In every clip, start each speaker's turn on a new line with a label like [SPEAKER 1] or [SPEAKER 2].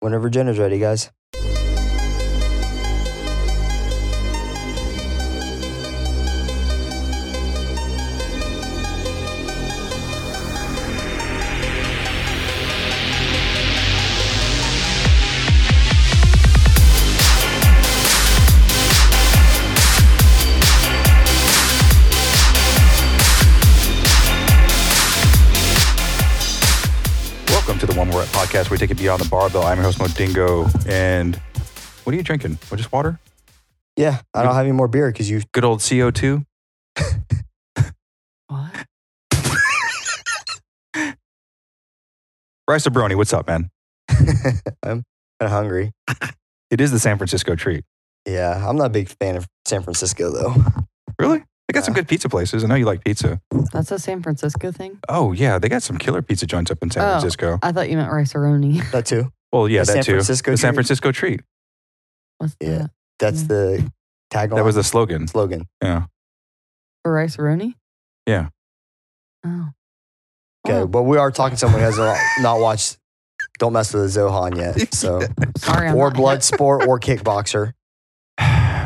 [SPEAKER 1] Whenever Jenna's ready, guys.
[SPEAKER 2] Welcome to the One More Rep podcast where we take it beyond the barbell. I'm your host, Modingo. And what are you drinking? Oh, just water?
[SPEAKER 1] Yeah, I don't have any more beer because you.
[SPEAKER 2] Good old CO2?
[SPEAKER 3] What?
[SPEAKER 2] Bryce Brony, what's up, man?
[SPEAKER 1] I'm kind of hungry.
[SPEAKER 2] It is the San Francisco treat.
[SPEAKER 1] Yeah, I'm not a big fan of San Francisco though.
[SPEAKER 2] Really? They got
[SPEAKER 1] Uh.
[SPEAKER 2] some good pizza places. I know you like pizza.
[SPEAKER 3] That's a San Francisco thing?
[SPEAKER 2] Oh, yeah. They got some killer pizza joints up in San
[SPEAKER 3] Oh.
[SPEAKER 2] Francisco.
[SPEAKER 3] I thought you meant riceroni.
[SPEAKER 1] That too.
[SPEAKER 2] Well, yeah,
[SPEAKER 1] The
[SPEAKER 2] that
[SPEAKER 1] San
[SPEAKER 2] too.
[SPEAKER 1] Francisco
[SPEAKER 2] the San
[SPEAKER 1] treat?
[SPEAKER 2] Francisco treat.
[SPEAKER 3] What's
[SPEAKER 1] Yeah.
[SPEAKER 3] that?
[SPEAKER 1] That's
[SPEAKER 3] Yeah.
[SPEAKER 1] the tagline.
[SPEAKER 2] That was the slogan.
[SPEAKER 1] slogan.
[SPEAKER 2] Yeah.
[SPEAKER 3] For riceroni?
[SPEAKER 2] Yeah.
[SPEAKER 3] Oh.
[SPEAKER 1] Okay,
[SPEAKER 3] Wow.
[SPEAKER 1] but we are talking to someone who has not- not watched. Don't mess with the Zohan yet. So
[SPEAKER 3] Sorry. I'm
[SPEAKER 1] or
[SPEAKER 3] not-
[SPEAKER 1] blood sport or kickboxer.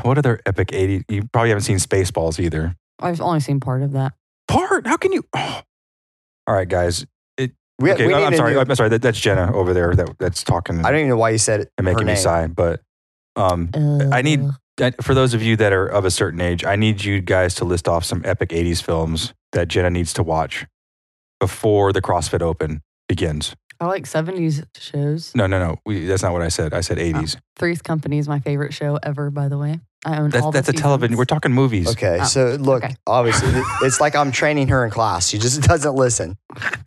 [SPEAKER 2] what other epic 80s? You probably haven't seen Spaceballs either.
[SPEAKER 3] I've only seen part of that.
[SPEAKER 2] Part? How can you? Oh. All right, guys.
[SPEAKER 1] We,
[SPEAKER 2] okay,
[SPEAKER 1] we
[SPEAKER 2] I'm
[SPEAKER 1] need a
[SPEAKER 2] sorry.
[SPEAKER 1] new-
[SPEAKER 2] I'm sorry. That, that's Jenna over there that, that's talking
[SPEAKER 1] I don't even know why you said it.
[SPEAKER 2] and
[SPEAKER 1] her
[SPEAKER 2] making me
[SPEAKER 1] name.
[SPEAKER 2] sigh. But um, I need
[SPEAKER 3] Ugh.
[SPEAKER 2] that- for those of you that are of a certain age, I need you guys to list off some epic 80s films that Jenna needs to watch before the CrossFit Open begins.
[SPEAKER 3] I like 70s shows.
[SPEAKER 2] No, no, no. We, that's not what I said. I
[SPEAKER 3] Uh,
[SPEAKER 2] said 80s.
[SPEAKER 3] Three's Company is my favorite show ever, by the way. I own all
[SPEAKER 2] that's
[SPEAKER 3] the
[SPEAKER 2] that's a television.
[SPEAKER 3] seasons.
[SPEAKER 2] We're talking movies.
[SPEAKER 1] Okay,
[SPEAKER 3] Oh,
[SPEAKER 1] so look,
[SPEAKER 3] okay.
[SPEAKER 1] obviously, it's like I'm training her in class. She just doesn't listen.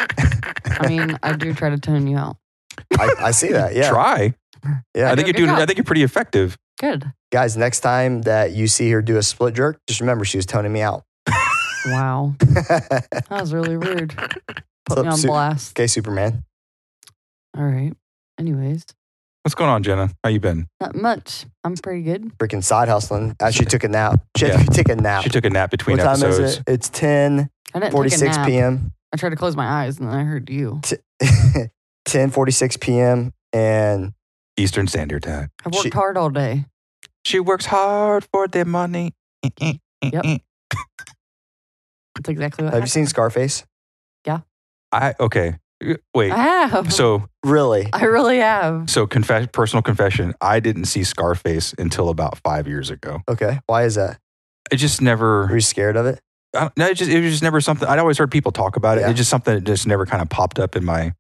[SPEAKER 3] I mean, I do try to tone you out.
[SPEAKER 1] I, I see that. Yeah,
[SPEAKER 2] Try.
[SPEAKER 1] yeah.
[SPEAKER 2] I think you're
[SPEAKER 3] do a good
[SPEAKER 2] doing. I
[SPEAKER 3] job.
[SPEAKER 2] think you're pretty effective.
[SPEAKER 3] Good.
[SPEAKER 1] Guys, next time that you see her do a split jerk, just remember she was toning me out.
[SPEAKER 3] Wow.
[SPEAKER 1] okay,
[SPEAKER 3] That was really rude. Put
[SPEAKER 1] Sup,
[SPEAKER 3] me on
[SPEAKER 1] Su-
[SPEAKER 3] blast.
[SPEAKER 1] Superman.
[SPEAKER 3] All right. Anyways,
[SPEAKER 2] What's going on, Jenna? How you been?
[SPEAKER 3] not much. I'm pretty good.
[SPEAKER 1] Freaking side hustling. As she took a nap. She had to take a nap.
[SPEAKER 2] She took a nap between
[SPEAKER 1] what time
[SPEAKER 2] episodes.
[SPEAKER 1] is it? It's ten
[SPEAKER 3] I didn't
[SPEAKER 1] forty
[SPEAKER 3] take a
[SPEAKER 1] six
[SPEAKER 3] nap.
[SPEAKER 1] p.m.
[SPEAKER 3] I tried to close my eyes and then I heard you.
[SPEAKER 1] Ten forty six p.m. And
[SPEAKER 2] Eastern Standard Time.
[SPEAKER 3] I worked
[SPEAKER 1] She-
[SPEAKER 3] hard all day.
[SPEAKER 2] She works hard for the money.
[SPEAKER 3] Yep. That's exactly what
[SPEAKER 1] have you seen Scarface?
[SPEAKER 2] I okay. Wait.
[SPEAKER 3] I have.
[SPEAKER 2] so
[SPEAKER 1] Really?
[SPEAKER 3] I really have.
[SPEAKER 2] So, confess, personal confession: I didn't see Scarface until about five years ago.
[SPEAKER 1] Okay. Why is that?
[SPEAKER 2] It just
[SPEAKER 1] Were
[SPEAKER 2] never,
[SPEAKER 1] you scared of it?
[SPEAKER 2] I, no, it just it was just never something. I'd always heard people talk about it.
[SPEAKER 1] Yeah.
[SPEAKER 2] It's just something that just never kind of popped up in my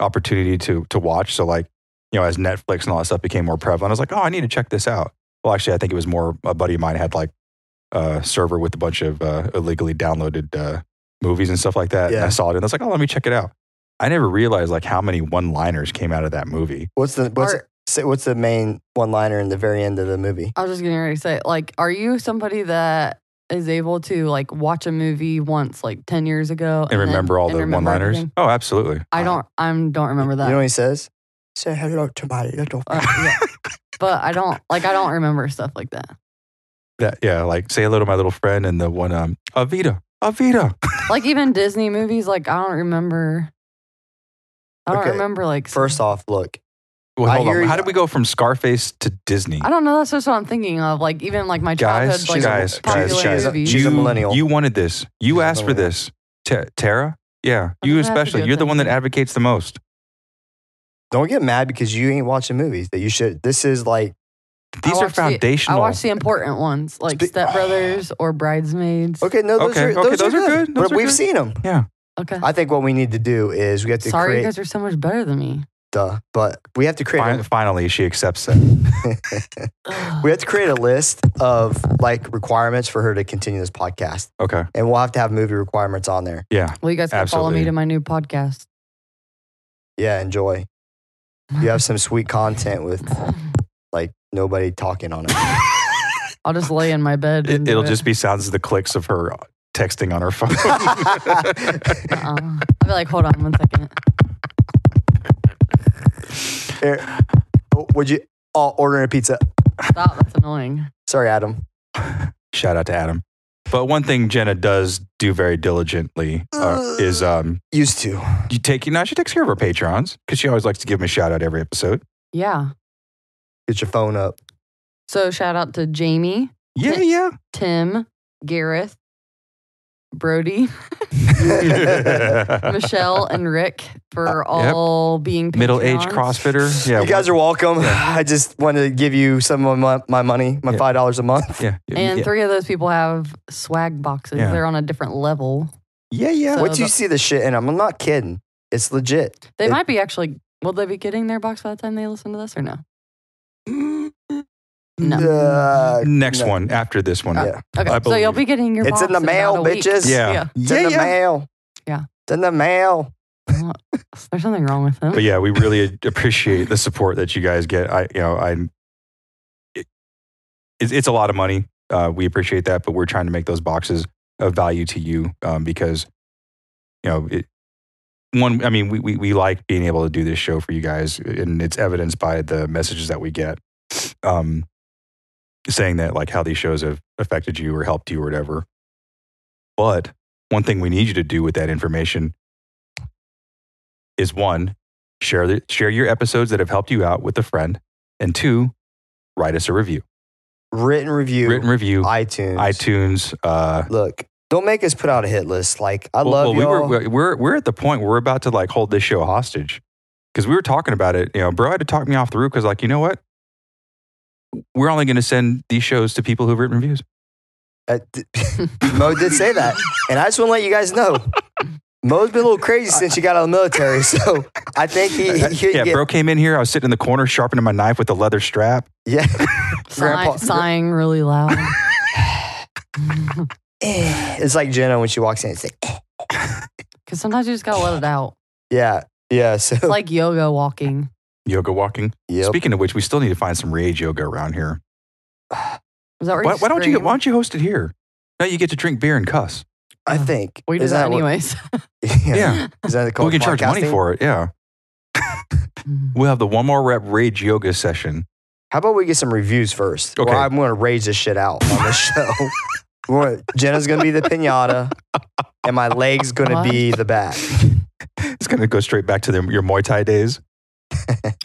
[SPEAKER 2] opportunity to to watch. So, like you know, as Netflix and all that stuff became more prevalent, I was like, oh, I need to check this out. Well, actually, I think it was more a buddy of mine had like a server with a bunch of uh, illegally downloaded uh, movies and stuff like that. And
[SPEAKER 1] Yeah.
[SPEAKER 2] I saw it and I was like, oh, let me check it out. I never realized like how many one liners came out of that movie.
[SPEAKER 1] What's the what's
[SPEAKER 3] Are-
[SPEAKER 1] say- what's the main one liner in the very end of the movie?
[SPEAKER 3] I was just getting ready to say, like, are you somebody that is able to like watch a movie once, like ten years ago,
[SPEAKER 2] And,
[SPEAKER 3] then-
[SPEAKER 2] remember all
[SPEAKER 3] and
[SPEAKER 2] the
[SPEAKER 3] remember
[SPEAKER 2] one liners?
[SPEAKER 3] everything?
[SPEAKER 2] Oh, absolutely.
[SPEAKER 3] I don't. I don't remember that.
[SPEAKER 1] You know what he says? Say hello to my little.
[SPEAKER 3] Uh, yeah. But I don't like. I don't remember stuff like that.
[SPEAKER 2] That yeah, like say hello to my little friend and the one um Avita. Avita.
[SPEAKER 3] Like even Disney movies, like I don't remember. I don't
[SPEAKER 1] Okay.
[SPEAKER 3] remember like
[SPEAKER 1] First off, look,
[SPEAKER 2] Well,
[SPEAKER 1] I
[SPEAKER 2] hold
[SPEAKER 1] hear
[SPEAKER 2] on.
[SPEAKER 1] you.
[SPEAKER 2] How did we go from Scarface to Disney?
[SPEAKER 3] I don't know. That's just what I'm thinking of. Like even like my
[SPEAKER 2] Guys,
[SPEAKER 3] childhood, like
[SPEAKER 2] guys,
[SPEAKER 3] popular
[SPEAKER 2] guys, guys.
[SPEAKER 3] movies.
[SPEAKER 1] She's a millennial.
[SPEAKER 2] You wanted this. You
[SPEAKER 1] She's a
[SPEAKER 2] asked for
[SPEAKER 1] millennial.
[SPEAKER 2] this. Ta- Tara? Yeah.
[SPEAKER 3] What
[SPEAKER 2] You
[SPEAKER 3] does that have to do
[SPEAKER 2] especially.
[SPEAKER 3] with
[SPEAKER 2] You're the one that
[SPEAKER 3] anything?
[SPEAKER 2] advocates the most.
[SPEAKER 1] don't get mad because you ain't watching movies that you should. This is like
[SPEAKER 3] I
[SPEAKER 2] These are
[SPEAKER 3] watched the-
[SPEAKER 2] foundational.
[SPEAKER 3] I watch the important ones, like
[SPEAKER 2] Spe-
[SPEAKER 3] Step Brothers or Bridesmaids.
[SPEAKER 1] okay, no, those
[SPEAKER 2] Okay,
[SPEAKER 1] are
[SPEAKER 2] okay,
[SPEAKER 1] those,
[SPEAKER 2] those
[SPEAKER 1] are,
[SPEAKER 2] are
[SPEAKER 1] good,
[SPEAKER 2] good. Those
[SPEAKER 1] but
[SPEAKER 2] are
[SPEAKER 1] we've
[SPEAKER 2] good.
[SPEAKER 1] seen them.
[SPEAKER 3] Okay.
[SPEAKER 1] I think what we need to do is we have to
[SPEAKER 3] Sorry, you
[SPEAKER 1] create
[SPEAKER 3] guys are so much better than me.
[SPEAKER 1] duh, but we have to create
[SPEAKER 2] Fin-
[SPEAKER 1] a,
[SPEAKER 2] finally, she accepts that.
[SPEAKER 1] we have to create a list of like requirements for her to continue this podcast,
[SPEAKER 2] Okay.
[SPEAKER 1] and we'll have to have movie requirements on there.
[SPEAKER 2] Yeah.
[SPEAKER 3] Well, you guys can follow
[SPEAKER 2] Absolutely.
[SPEAKER 3] me to my new podcast.
[SPEAKER 1] Yeah, enjoy. You have some sweet content with like nobody talking on it.
[SPEAKER 3] I'll just lay in my bed. And
[SPEAKER 2] It,
[SPEAKER 3] do
[SPEAKER 2] it'll
[SPEAKER 3] it.
[SPEAKER 2] just be sounds of the clicks of her texting on her phone.
[SPEAKER 3] Uh-uh. I'll be like, hold on one second.
[SPEAKER 1] Here, oh, would you? Oh, ordering a pizza.
[SPEAKER 3] Stop. That's annoying.
[SPEAKER 1] Sorry, Adam.
[SPEAKER 2] Shout out to Adam. But one thing Jenna does do very diligently uh, is um,
[SPEAKER 1] Used to.
[SPEAKER 2] you take you know she takes care of her patrons because she always likes to give them a shout out every episode.
[SPEAKER 3] Yeah.
[SPEAKER 1] Get your phone up.
[SPEAKER 3] So shout out to Jamie,
[SPEAKER 2] Yeah, yeah.
[SPEAKER 3] Tim, Gareth, Brody, Michelle, and Rick for
[SPEAKER 2] Uh, yep.
[SPEAKER 3] all being
[SPEAKER 2] Middle aged
[SPEAKER 3] Patreons.
[SPEAKER 2] CrossFitter. Yeah.
[SPEAKER 1] you guys are welcome.
[SPEAKER 2] Yeah.
[SPEAKER 1] I just wanted to give you some of my, my money, my
[SPEAKER 2] Yeah.
[SPEAKER 1] five dollars a month.
[SPEAKER 2] Yeah. yeah,
[SPEAKER 3] And
[SPEAKER 2] yeah.
[SPEAKER 3] three of those people have swag boxes.
[SPEAKER 2] Yeah.
[SPEAKER 3] They're on a different level.
[SPEAKER 2] yeah, yeah.
[SPEAKER 3] So-
[SPEAKER 1] Once you
[SPEAKER 3] the-
[SPEAKER 1] see the shit in them, I'm not kidding. It's legit.
[SPEAKER 3] They
[SPEAKER 1] It-
[SPEAKER 3] might be actually. Will they be getting their box by the time they listen to this or no? No.
[SPEAKER 1] Uh,
[SPEAKER 2] Next
[SPEAKER 1] no.
[SPEAKER 2] one after this one.
[SPEAKER 1] Yeah.
[SPEAKER 3] Okay.
[SPEAKER 2] I
[SPEAKER 3] So you'll
[SPEAKER 2] believe-
[SPEAKER 3] be getting your.
[SPEAKER 1] It's in
[SPEAKER 3] box
[SPEAKER 1] the mail,
[SPEAKER 3] about a week.
[SPEAKER 1] bitches.
[SPEAKER 2] Yeah.
[SPEAKER 1] It's
[SPEAKER 2] Yeah,
[SPEAKER 1] in the
[SPEAKER 2] yeah.
[SPEAKER 1] mail.
[SPEAKER 3] Yeah.
[SPEAKER 1] It's in the mail.
[SPEAKER 3] Yeah. There's something wrong with them.
[SPEAKER 2] But yeah, we really appreciate the support that you guys get. I, you know, I, it, it's it's a lot of money. Uh, we appreciate that, but we're trying to make those boxes of value to you um, because, you know, it, one, I mean, we, we, we like being able to do this show for you guys, and it's evidenced by the messages that we get um, saying that, like, how these shows have affected you or helped you or whatever. But one thing we need you to do with that information is one, share the, share your episodes that have helped you out with a friend, and two, write us a review,
[SPEAKER 1] Written review.
[SPEAKER 2] written review,
[SPEAKER 1] iTunes.
[SPEAKER 2] iTunes. Uh,
[SPEAKER 1] Look, don't make us put out a hit list. Like I
[SPEAKER 2] well-
[SPEAKER 1] love
[SPEAKER 2] well,
[SPEAKER 1] y'all.
[SPEAKER 2] we were, we're we're at the point where we're about to like hold this show hostage because we were talking about it. You know, bro had to talk me off the roof because like you know what, we're only going to send these shows to people who've written reviews.
[SPEAKER 1] Uh, d- Mo did say that, and I just want to let you guys know. Mo's been a little crazy since he got out of the military, so I think he, he, he
[SPEAKER 2] yeah,
[SPEAKER 1] yeah,
[SPEAKER 2] bro came in here. I was sitting in the corner sharpening my knife with a leather strap.
[SPEAKER 1] yeah. Grandpa-
[SPEAKER 3] Sigh, sighing really loud. Eh.
[SPEAKER 1] It's like Jenna when she walks in. It's like eh.
[SPEAKER 3] Because sometimes you just gotta let it out.
[SPEAKER 1] yeah, yeah. So
[SPEAKER 3] It's like yoga walking.
[SPEAKER 2] Yoga walking.
[SPEAKER 1] yep.
[SPEAKER 2] Speaking of which, we still need to find some rage yoga around here.
[SPEAKER 3] Is that where
[SPEAKER 2] Why,
[SPEAKER 3] you
[SPEAKER 2] why don't you?
[SPEAKER 3] scream?
[SPEAKER 2] Why don't you host it here? Now you get to drink beer and cuss.
[SPEAKER 1] I think
[SPEAKER 3] We do
[SPEAKER 1] is
[SPEAKER 3] that,
[SPEAKER 1] what-
[SPEAKER 3] anyways.
[SPEAKER 1] yeah.
[SPEAKER 2] Yeah.
[SPEAKER 1] Is that
[SPEAKER 2] we
[SPEAKER 1] called
[SPEAKER 2] can charge money
[SPEAKER 1] podcasting?
[SPEAKER 2] for it. Yeah. We'll have the one more rep rage yoga session.
[SPEAKER 1] How about we get some reviews first?
[SPEAKER 2] Okay.
[SPEAKER 1] Well, I'm going to raise this shit out on the show. We're- Jenna's going to be the pinata, and my leg's going to be the bat.
[SPEAKER 2] It's going to go straight back to the, your Muay Thai days.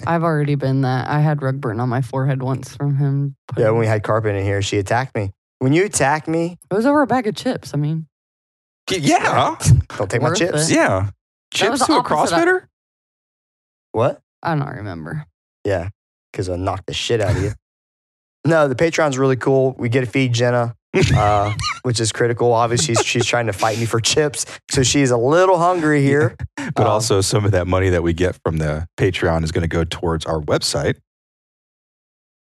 [SPEAKER 3] I've already been that. I had rug burn on my forehead once from him.
[SPEAKER 1] Yeah, when we had carpet in here, she attacked me. When you attack me,
[SPEAKER 3] it was over a bag of chips. I mean,
[SPEAKER 2] Yeah.
[SPEAKER 1] don't take my
[SPEAKER 3] Worth
[SPEAKER 1] chips.
[SPEAKER 3] it.
[SPEAKER 2] Yeah.
[SPEAKER 3] was
[SPEAKER 2] Chips
[SPEAKER 3] the
[SPEAKER 2] to a
[SPEAKER 3] opposite of-
[SPEAKER 2] CrossFitter?
[SPEAKER 1] What?
[SPEAKER 3] I don't remember.
[SPEAKER 1] Yeah, because I knocked the shit out of you. No, the Patreon's really cool. We get to feed Jenna, uh, which is critical. Obviously, she's, she's trying to fight me for chips, so she's a little hungry here.
[SPEAKER 2] But
[SPEAKER 1] Um,
[SPEAKER 2] also, some of that money that we get from the Patreon is going to go towards our website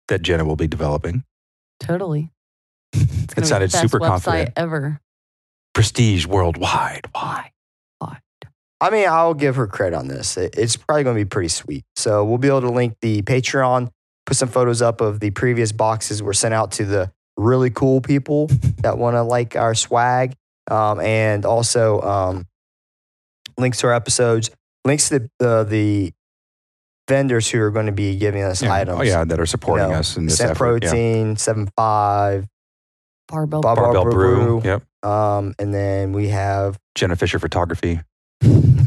[SPEAKER 2] that Jenna will be developing.
[SPEAKER 3] Totally. It's
[SPEAKER 2] It
[SPEAKER 3] gonna be
[SPEAKER 2] sounded
[SPEAKER 3] the best
[SPEAKER 2] super
[SPEAKER 3] website
[SPEAKER 2] confident.
[SPEAKER 3] ever.
[SPEAKER 2] Prestige worldwide. Why?
[SPEAKER 1] I mean, I'll give her credit on this. It- it's probably going to be pretty sweet. So we'll be able to link the Patreon, put some photos up of the previous boxes we're sent out to the really cool people that want to like our swag, um, and also um, links to our episodes, links to the uh, the vendors who are going to be giving us
[SPEAKER 2] Yeah.
[SPEAKER 1] items.
[SPEAKER 2] Oh, yeah, that are supporting
[SPEAKER 1] know,
[SPEAKER 2] us in this
[SPEAKER 1] Scent
[SPEAKER 2] effort. Yeah.
[SPEAKER 1] Protein, Seven Five,
[SPEAKER 3] Barbell.
[SPEAKER 1] Bob-
[SPEAKER 2] Barbell
[SPEAKER 1] Barbell Brew.
[SPEAKER 2] Brew. Yep.
[SPEAKER 1] um, and then we have
[SPEAKER 2] Jenna Fisher Photography.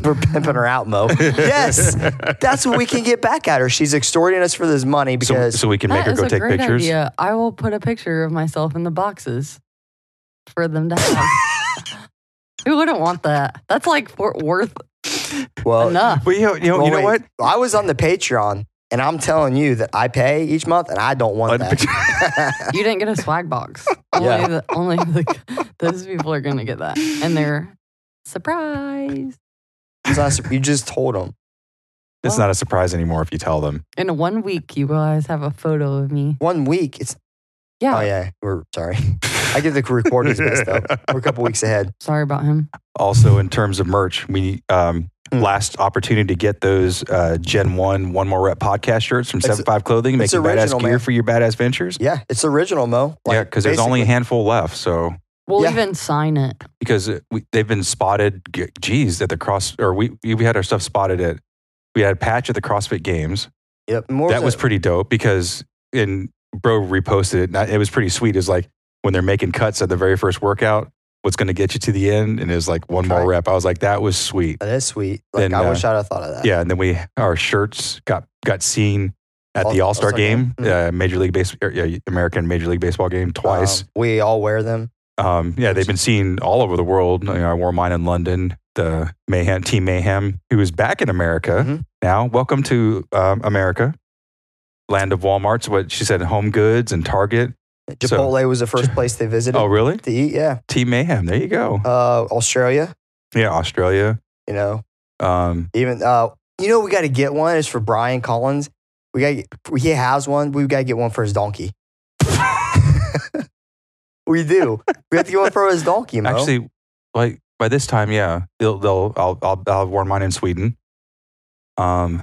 [SPEAKER 1] we're pimping her out, Mo. yes. That's what we can get back at her. She's extorting us for this money
[SPEAKER 2] So,
[SPEAKER 1] because
[SPEAKER 2] so we can make
[SPEAKER 3] That
[SPEAKER 2] her
[SPEAKER 3] is
[SPEAKER 2] go
[SPEAKER 3] a
[SPEAKER 2] take
[SPEAKER 3] great
[SPEAKER 2] pictures.
[SPEAKER 3] idea. I will put a picture of myself in the boxes for them to have. Who wouldn't want that? That's like for, worth
[SPEAKER 2] Oh,
[SPEAKER 1] well,
[SPEAKER 3] enough.
[SPEAKER 2] But you know, you know,
[SPEAKER 1] well,
[SPEAKER 2] you know
[SPEAKER 1] wait.
[SPEAKER 2] what?
[SPEAKER 1] I was on the Patreon and I'm telling you that I pay each month and I don't want
[SPEAKER 2] But-
[SPEAKER 1] that.
[SPEAKER 3] You didn't get a swag box. Only
[SPEAKER 1] Yeah.
[SPEAKER 3] the, only the, those people are going to get that, and they're surprised.
[SPEAKER 1] It's not sur- you just told them.
[SPEAKER 2] It's not a surprise anymore if you tell them.
[SPEAKER 3] In one week, you guys have a photo of me.
[SPEAKER 2] Oh,
[SPEAKER 1] One week. It's
[SPEAKER 3] Yeah.
[SPEAKER 1] oh yeah. We're sorry. I get the recordings messed up. We're a couple weeks ahead.
[SPEAKER 3] Sorry about him.
[SPEAKER 2] Also, in terms of merch, we um,
[SPEAKER 1] Mm.
[SPEAKER 2] last opportunity to get those uh, Gen One One More Rep podcast shirts from
[SPEAKER 1] It's-
[SPEAKER 2] Seven Five Clothing,
[SPEAKER 1] it's
[SPEAKER 2] making badass
[SPEAKER 1] original,
[SPEAKER 2] gear
[SPEAKER 1] man.
[SPEAKER 2] for your badass ventures.
[SPEAKER 1] Yeah, it's original, Mo. Like,
[SPEAKER 2] yeah, because there's only a
[SPEAKER 1] basically-
[SPEAKER 2] handful left. So
[SPEAKER 3] We'll
[SPEAKER 1] Yeah.
[SPEAKER 3] even sign it.
[SPEAKER 2] because we, they've been spotted, g- geez, at the cross or we we had our stuff spotted at. We had Patch at the CrossFit Games.
[SPEAKER 1] Yep, more
[SPEAKER 2] that
[SPEAKER 1] so-
[SPEAKER 2] was pretty dope because and bro reposted it. And I- it was pretty sweet. Is like when they're making cuts at the very first workout, what's going to get you to the end, and it's like one more
[SPEAKER 1] Right.
[SPEAKER 2] rep. I was like, that was sweet.
[SPEAKER 1] that is sweet. Like
[SPEAKER 2] Then,
[SPEAKER 1] I
[SPEAKER 2] uh,
[SPEAKER 1] wish I'd have thought of that.
[SPEAKER 2] Yeah, and then we our shirts got got seen at the
[SPEAKER 1] All-
[SPEAKER 2] All Star
[SPEAKER 1] All-Star
[SPEAKER 2] game,
[SPEAKER 1] game. Mhm.
[SPEAKER 2] uh, Major League Base, er, yeah, American Major League Baseball game twice.
[SPEAKER 1] Um, we all wear them.
[SPEAKER 2] Um, yeah, they've been seen all over the world. You know, I wore mine in London. The Mayhem Team Mayhem, who is back in America
[SPEAKER 1] Mhm.
[SPEAKER 2] now. Welcome to um, America, land of Walmart's. What she said, Home Goods and Target. So-
[SPEAKER 1] Chipotle was the first place they visited
[SPEAKER 2] Oh, really?
[SPEAKER 1] to eat. Yeah,
[SPEAKER 2] Team Mayhem. There you go.
[SPEAKER 1] uh, Australia.
[SPEAKER 2] yeah, Australia.
[SPEAKER 1] You know,
[SPEAKER 2] Um,
[SPEAKER 1] even uh, you know, we got to get one. It's for Brian Collins. We got he has one. We got to get one for his donkey. we do. We have to get one for his donkey. Mo.
[SPEAKER 2] actually, like by this time, yeah, they'll, they'll I'll, I'll I'll have worn mine in Sweden. Um, do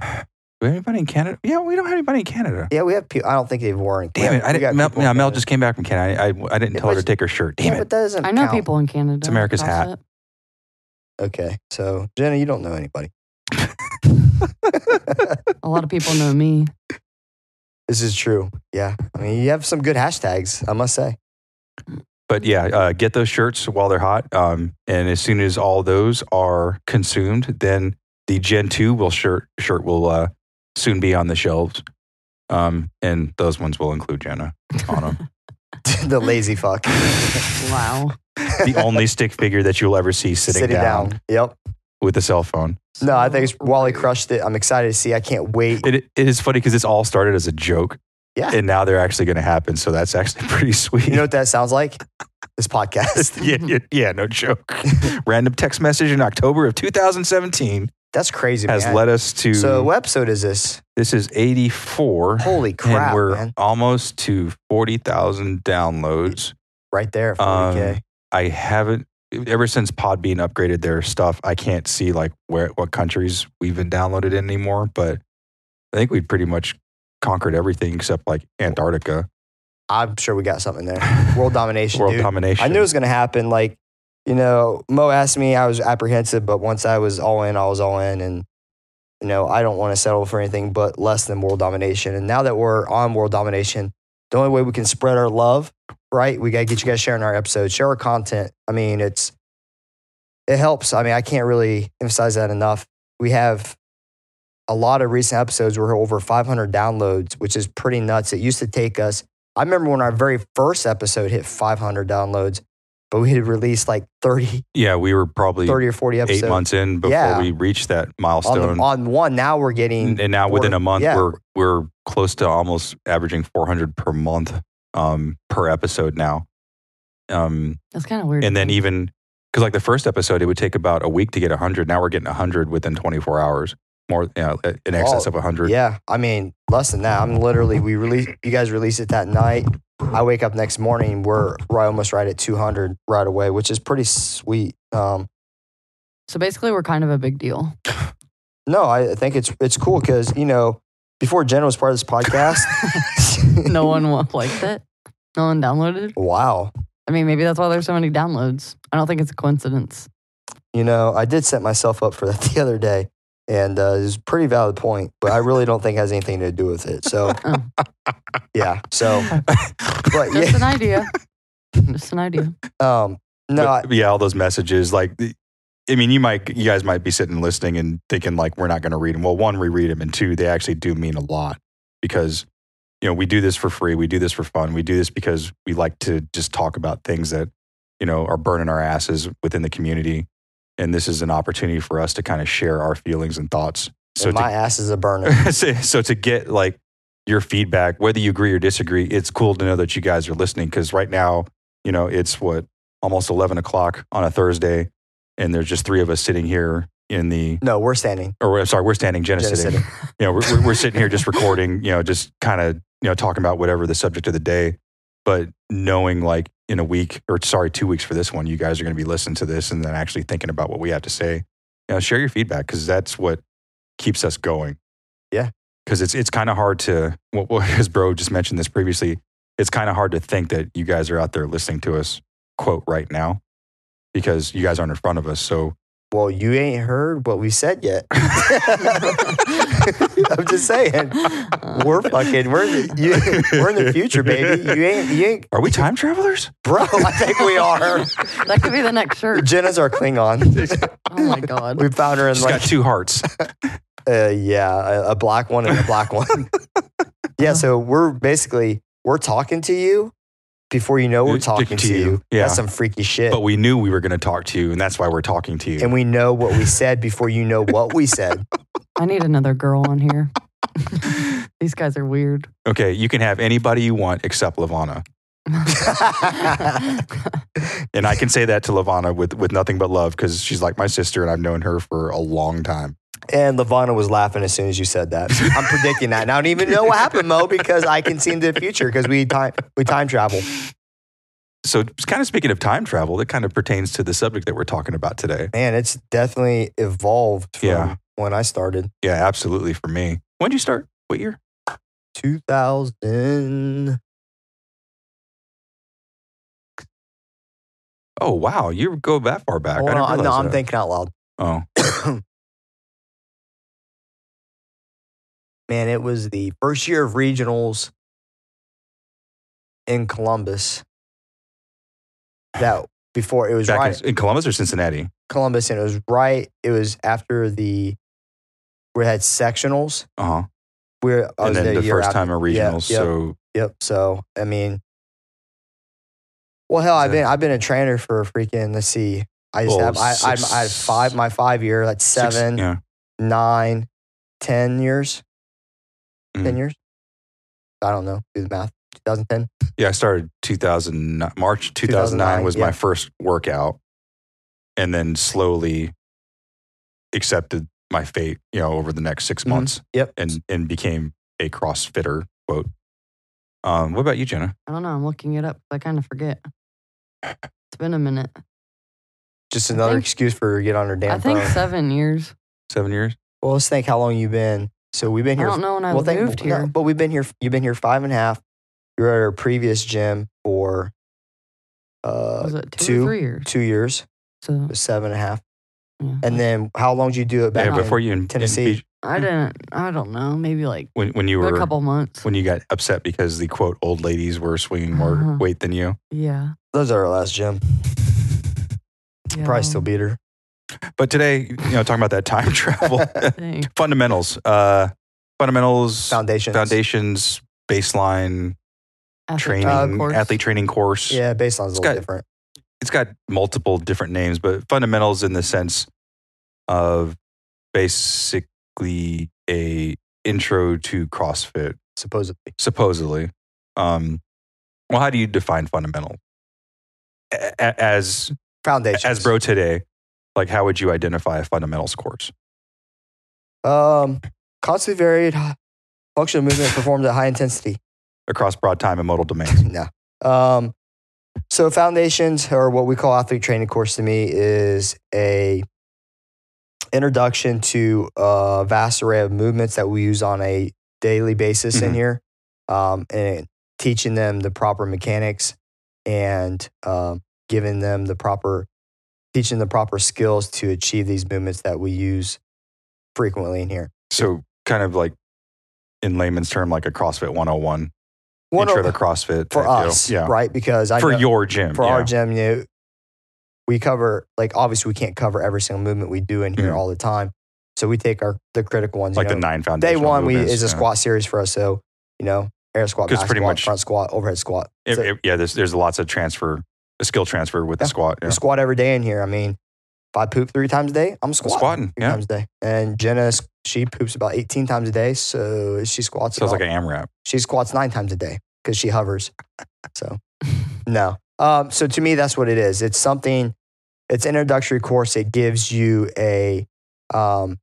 [SPEAKER 2] we have anybody in Canada? Yeah, we don't have anybody in Canada.
[SPEAKER 1] yeah, we have. Pe- I don't think they've worn.
[SPEAKER 2] Damn
[SPEAKER 1] we
[SPEAKER 2] it! I
[SPEAKER 1] we got
[SPEAKER 2] didn't. Mel,
[SPEAKER 1] people
[SPEAKER 2] yeah,
[SPEAKER 1] in
[SPEAKER 2] Mel
[SPEAKER 1] Canada.
[SPEAKER 2] just came back from Canada. I, I, I didn't
[SPEAKER 1] It
[SPEAKER 2] tell her to
[SPEAKER 1] was-
[SPEAKER 2] take her shirt. Damn
[SPEAKER 1] yeah,
[SPEAKER 2] it!
[SPEAKER 1] but that doesn't.
[SPEAKER 3] I know
[SPEAKER 1] count.
[SPEAKER 3] people in Canada.
[SPEAKER 2] It's America's hat.
[SPEAKER 3] Cross it.
[SPEAKER 1] Okay, so Jenna, you don't know anybody.
[SPEAKER 3] A lot of people know me.
[SPEAKER 1] This is true. Yeah, I mean, you have some good hashtags. I must say.
[SPEAKER 2] But yeah, uh, get those shirts while they're hot. Um, and as soon as all those are consumed, then the Gen Two will shirt shirt will uh, soon be on the shelves. Um, and those ones will include Jenna on them.
[SPEAKER 1] the lazy fuck
[SPEAKER 3] Wow.
[SPEAKER 2] the only stick figure that you'll ever see sitting, down,
[SPEAKER 1] Yep.
[SPEAKER 2] with a cell phone.
[SPEAKER 1] No, I think it's
[SPEAKER 3] So
[SPEAKER 1] Wally
[SPEAKER 3] rude.
[SPEAKER 1] crushed it. I'm excited to see. I can't wait.
[SPEAKER 2] It, it is funny because this all started as a joke.
[SPEAKER 1] Yeah.
[SPEAKER 2] And now they're actually going to happen. So that's actually pretty sweet.
[SPEAKER 1] You know what that sounds like? This podcast.
[SPEAKER 2] yeah, yeah, yeah, no joke. Random text message in October of 2017
[SPEAKER 1] That's crazy,
[SPEAKER 2] has
[SPEAKER 1] man.
[SPEAKER 2] led us to
[SPEAKER 1] so, what episode is this?
[SPEAKER 2] this is 84.
[SPEAKER 1] Holy crap,
[SPEAKER 2] and we're
[SPEAKER 1] man!
[SPEAKER 2] almost to 40,000 downloads.
[SPEAKER 1] Right there, 40k.
[SPEAKER 2] Um, I haven't ever since Podbean upgraded their stuff. I can't see like where what countries we've been downloaded in anymore, but I think we pretty much conquered everything except like Antarctica,
[SPEAKER 1] I'm sure we got something there. World domination,
[SPEAKER 2] world
[SPEAKER 1] dude.
[SPEAKER 2] domination.
[SPEAKER 1] I knew it was gonna happen. Like, you know, Mo asked me, I was apprehensive, but once I was all in, I was all in, and you know, I don't want to settle for anything but less than world domination. And now that we're on world domination, the only way we can spread our love, right? We gotta get you guys sharing our episodes, share our content. I mean, it's it helps. I mean, I can't really emphasize that enough. We have a lot of recent episodes were over 500 downloads, which is pretty nuts. It used to take us I remember when our very first episode hit 500 downloads, but we had released like 30,
[SPEAKER 2] yeah, we were probably
[SPEAKER 1] 30 or 40
[SPEAKER 2] eight
[SPEAKER 1] episodes
[SPEAKER 2] months in before
[SPEAKER 1] Yeah.
[SPEAKER 2] we reached that
[SPEAKER 1] on,
[SPEAKER 2] milestone.
[SPEAKER 1] the, on one. Now we're getting,
[SPEAKER 2] and and now within
[SPEAKER 1] four-
[SPEAKER 2] a month,
[SPEAKER 1] yeah.
[SPEAKER 2] we're we're close to almost averaging 400 per month um, per episode now. Um,
[SPEAKER 3] That's kind of weird.
[SPEAKER 2] and then even because like the first episode it would take about a week to get 100 now we're getting 100 within 24 hours more you know, in excess
[SPEAKER 1] Oh,
[SPEAKER 2] of 100
[SPEAKER 1] yeah, I mean, less than that. I'm literally, we release, you guys release it that night. I wake up next morning, we're right, almost right at 200 right away, which is pretty sweet. Um,
[SPEAKER 3] so basically, we're kind of a big deal.
[SPEAKER 1] no, I think it's, it's cool because, you know, before Jen was part of this podcast,
[SPEAKER 3] No one wa- liked it. No one downloaded.
[SPEAKER 1] wow.
[SPEAKER 3] I mean, maybe that's why there's so many downloads. I don't think it's a coincidence.
[SPEAKER 1] You know, I did set myself up for that the other day, and uh, it's a pretty valid point, but I really don't think it has anything to do with it. So,
[SPEAKER 3] Oh.
[SPEAKER 1] yeah. So, but
[SPEAKER 3] Just
[SPEAKER 1] yeah,
[SPEAKER 3] an idea. Just an idea.
[SPEAKER 1] um, no, I,
[SPEAKER 2] But, yeah all those messages like the- i mean you might you guys might be sitting and listening and thinking like we're not going to read them well one we read them and two they actually do mean a lot because you know we do this for free we do this for fun we do this because we like to just talk about things that you know are burning our asses within the community and this is an opportunity for us to kind of share our feelings and thoughts so
[SPEAKER 1] and
[SPEAKER 2] to
[SPEAKER 1] my ass is a burner.
[SPEAKER 2] so, so to get like your feedback, whether you agree or disagree, it's cool to know that you guys are listening because right now, you know, it's what almost eleven o'clock on a Thursday, and there's just three of us sitting here in the
[SPEAKER 1] No, we're standing.
[SPEAKER 2] or we're- sorry, we're standing, Jenna's
[SPEAKER 1] Jenna's
[SPEAKER 2] sitting. You know, we're, we're, we're sitting here just recording. You know, just kind of you know talking about whatever the subject of the day, but knowing like in a week or sorry, two weeks for this one, you guys are going to be listening to this and then actually thinking about what we have to say. You know, share your feedback because that's what keeps us going.
[SPEAKER 1] Yeah.
[SPEAKER 2] because it's it's kind of hard to what well, as bro just mentioned this previously. It's kind of hard to think that you guys are out there listening to us quote right now because you guys aren't in front of us. So
[SPEAKER 1] Well, you ain't heard what we said yet. I'm just saying.
[SPEAKER 3] Uh,
[SPEAKER 1] We're fucking, we're in, the, you, we're in the future, baby. You ain't, you ain't,
[SPEAKER 2] are we time travelers?
[SPEAKER 1] bro. I think we are.
[SPEAKER 3] that could be the next shirt.
[SPEAKER 1] Jenna's our Klingon.
[SPEAKER 3] Oh my god.
[SPEAKER 1] We found her in
[SPEAKER 2] She's
[SPEAKER 1] like
[SPEAKER 2] got two hearts.
[SPEAKER 1] Uh, yeah, a, a black one and a black one. Yeah, so
[SPEAKER 2] Uh-huh.
[SPEAKER 1] we're basically we're talking to you before you know we're
[SPEAKER 2] It's talking
[SPEAKER 1] talking
[SPEAKER 2] to
[SPEAKER 1] to
[SPEAKER 2] you.
[SPEAKER 1] you.
[SPEAKER 2] Yeah.
[SPEAKER 1] That's some freaky shit.
[SPEAKER 2] But we knew we were going to talk to you, and that's why we're talking to you.
[SPEAKER 1] and we know what we said before you know what we said.
[SPEAKER 3] I need another girl on here. These guys are weird.
[SPEAKER 2] okay, you can have anybody you want except Lavana, and I can say that to Lavana with with nothing but love because she's like my sister, and I've known her for a long time.
[SPEAKER 1] And Lavana was laughing as soon as you said that. I'm predicting that. And I don't even know what happened, Mo, because I can see into the future because we time we time travel.
[SPEAKER 2] So, kind of speaking of time travel, that kind of pertains to the subject that we're talking about today.
[SPEAKER 1] Man, it's definitely evolved from
[SPEAKER 2] Yeah.
[SPEAKER 1] when I started.
[SPEAKER 2] Yeah, absolutely. For me, when did you start? What year?
[SPEAKER 1] 2000.
[SPEAKER 2] Oh wow, you go that far back.
[SPEAKER 1] Hold
[SPEAKER 2] I didn't
[SPEAKER 1] on, no,
[SPEAKER 2] realize
[SPEAKER 1] I'm
[SPEAKER 2] that.
[SPEAKER 1] thinking out loud.
[SPEAKER 2] Oh,
[SPEAKER 1] Man, it was the first year of regionals in Columbus. That before it was
[SPEAKER 2] back
[SPEAKER 1] right
[SPEAKER 2] in, in Columbus or Cincinnati?
[SPEAKER 1] Columbus, and it was right. It was after the we had sectionals.
[SPEAKER 2] Uh huh.
[SPEAKER 1] We're I
[SPEAKER 2] And
[SPEAKER 1] was
[SPEAKER 2] then
[SPEAKER 1] there a
[SPEAKER 2] the
[SPEAKER 1] year
[SPEAKER 2] first
[SPEAKER 1] after.
[SPEAKER 2] time at
[SPEAKER 1] Yeah,
[SPEAKER 2] regionals.
[SPEAKER 1] yep.
[SPEAKER 2] So
[SPEAKER 1] Yep. So I mean, well, hell, I've been I've been a trainer for a freaking. Let's see, I used
[SPEAKER 2] Well,
[SPEAKER 1] to have I, I,
[SPEAKER 2] six-
[SPEAKER 1] I had five my five year that's
[SPEAKER 2] six-
[SPEAKER 1] seven,
[SPEAKER 2] yeah.
[SPEAKER 1] nine, ten years, ten
[SPEAKER 2] Mhm.
[SPEAKER 1] years. I don't know. Do the math. 2010.
[SPEAKER 2] Yeah, I started 2009. March 2009,
[SPEAKER 1] 2009,
[SPEAKER 2] was
[SPEAKER 1] yeah.
[SPEAKER 2] my first workout, and then slowly accepted my fate. You know, over the next 6
[SPEAKER 1] Mhm.
[SPEAKER 2] months,
[SPEAKER 1] Yep.
[SPEAKER 2] and and became a CrossFitter. Quote. Um, what about you, Jenna?
[SPEAKER 3] I don't know. I'm looking it up. 'cause I kind of forget. It's been a minute.
[SPEAKER 1] Just another
[SPEAKER 3] think-
[SPEAKER 1] excuse for her to get on her damn
[SPEAKER 3] I think
[SPEAKER 1] phone.
[SPEAKER 3] seven years.
[SPEAKER 2] Seven years.
[SPEAKER 1] Well, let's think how long you've been. So we've been
[SPEAKER 3] I
[SPEAKER 1] here.
[SPEAKER 3] don't know when I
[SPEAKER 1] well, thank-
[SPEAKER 3] moved
[SPEAKER 1] no,
[SPEAKER 3] here.
[SPEAKER 1] but we've been here. You've been here five and a half. You're at our previous gym for uh,
[SPEAKER 3] was it two,
[SPEAKER 1] two-
[SPEAKER 3] or three years?
[SPEAKER 1] two years,
[SPEAKER 3] So
[SPEAKER 1] seven and a half.
[SPEAKER 3] Mm-hmm. yeah.
[SPEAKER 1] And then how long did you do it back
[SPEAKER 2] Yeah,
[SPEAKER 1] in
[SPEAKER 2] before you in
[SPEAKER 1] Tennessee.
[SPEAKER 2] in Fiji-
[SPEAKER 3] I didn't. I don't know. Maybe like
[SPEAKER 2] when when you
[SPEAKER 3] a
[SPEAKER 2] were
[SPEAKER 3] couple months.
[SPEAKER 2] when you got upset because the quote old ladies were swinging more
[SPEAKER 3] Uh-huh.
[SPEAKER 2] weight than you.
[SPEAKER 3] yeah.
[SPEAKER 1] Those are our last gym.
[SPEAKER 3] yeah.
[SPEAKER 1] Probably still beat her.
[SPEAKER 2] But today, you know, talking about that time travel
[SPEAKER 3] Dang.
[SPEAKER 2] fundamentals, uh, fundamentals,
[SPEAKER 1] Foundations.
[SPEAKER 2] foundations, baseline,
[SPEAKER 3] Athlete
[SPEAKER 2] training,
[SPEAKER 3] course.
[SPEAKER 2] athlete training course.
[SPEAKER 1] Yeah, baseline's
[SPEAKER 2] It's
[SPEAKER 1] a little
[SPEAKER 2] got-
[SPEAKER 1] different.
[SPEAKER 2] It's got multiple different names, but fundamentals in the sense of basically a intro to CrossFit,
[SPEAKER 1] Supposedly,
[SPEAKER 2] supposedly. Um, well, how do you define fundamental? A- a- as
[SPEAKER 1] foundations.
[SPEAKER 2] as bro today, like how would you identify a fundamentals course?
[SPEAKER 1] Um, constantly varied functional movement performed at high intensity.
[SPEAKER 2] across broad time and modal domains.
[SPEAKER 1] No. Um, so foundations, or what we call athlete training course, to me is a introduction to a vast array of movements that we use on a daily basis in
[SPEAKER 2] Mhm.
[SPEAKER 1] here, um, and teaching them the proper mechanics and um, giving them the proper, teaching the proper skills to achieve these movements that we use frequently in here.
[SPEAKER 2] So kind of like in layman's term, like a CrossFit 101,
[SPEAKER 1] One
[SPEAKER 2] intro
[SPEAKER 1] of-
[SPEAKER 2] to CrossFit.
[SPEAKER 1] for
[SPEAKER 2] type deal.
[SPEAKER 1] us,
[SPEAKER 2] Yeah.
[SPEAKER 1] right? Because I
[SPEAKER 2] For
[SPEAKER 1] know-
[SPEAKER 2] your gym.
[SPEAKER 1] for
[SPEAKER 2] yeah.
[SPEAKER 1] our gym, you know, we cover like obviously we can't cover every single movement we do in here
[SPEAKER 2] Mhm.
[SPEAKER 1] all the time. So we take our the critical ones.
[SPEAKER 2] Like
[SPEAKER 1] you
[SPEAKER 2] the
[SPEAKER 1] know.
[SPEAKER 2] nine
[SPEAKER 1] day
[SPEAKER 2] foundations.
[SPEAKER 1] one we is a squat series for us. So you know, air squat, back
[SPEAKER 2] 'Cause pretty
[SPEAKER 1] squat,
[SPEAKER 2] much-
[SPEAKER 1] front squat, overhead squat.
[SPEAKER 2] Yeah,
[SPEAKER 1] So
[SPEAKER 2] It- it- yeah, there's, there's lots of transfer, a skill transfer with the
[SPEAKER 1] Yeah.
[SPEAKER 2] squat. Yeah.
[SPEAKER 1] we squat every day in here. I mean, if I poop three times a day, I'm squatting
[SPEAKER 2] Squatting.
[SPEAKER 1] three
[SPEAKER 2] Yeah.
[SPEAKER 1] times a day. And Jenna, she poops about 18 times a day, so she squats.
[SPEAKER 2] Sounds
[SPEAKER 1] about-
[SPEAKER 2] like an AMRAP.
[SPEAKER 1] she squats nine times a day because she hovers. So, no. Um, so to me, that's what it is. It's something. It's an introductory course. It gives you a, um,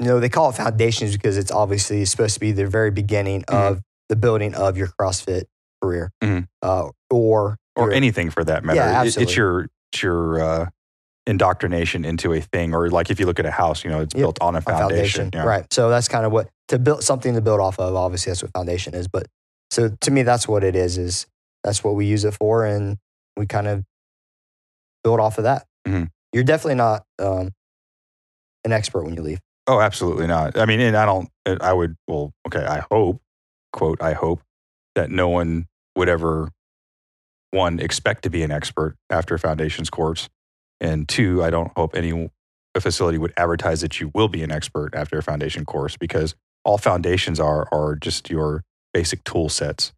[SPEAKER 1] you know, they call it foundations because it's obviously supposed to be the very beginning of the building of your CrossFit career,
[SPEAKER 2] Mhm.
[SPEAKER 1] uh, or
[SPEAKER 2] Or
[SPEAKER 1] your-
[SPEAKER 2] anything for that matter.
[SPEAKER 1] Yeah,
[SPEAKER 2] It- it's
[SPEAKER 1] absolutely.
[SPEAKER 2] your, it's your, uh, indoctrination into a thing or like if you look at a house you know it's
[SPEAKER 1] Yep.
[SPEAKER 2] built on a
[SPEAKER 1] a
[SPEAKER 2] foundation, yeah.
[SPEAKER 1] Right. So that's kind of what to build something to build off of. Obviously, that's what foundation is. But so to me, that's what it is. Is that's what we use it for, and we kind of build off of that.
[SPEAKER 2] Mhm.
[SPEAKER 1] You're definitely not um, an expert when you leave.
[SPEAKER 2] Oh, absolutely not. I mean, and I don't, I would, well, okay, I hope, quote, I hope that no one would ever, one, expect to be an expert after a foundations course. And two, I don't hope any a facility would advertise that you will be an expert after a foundation course because all foundations are are just your basic tool sets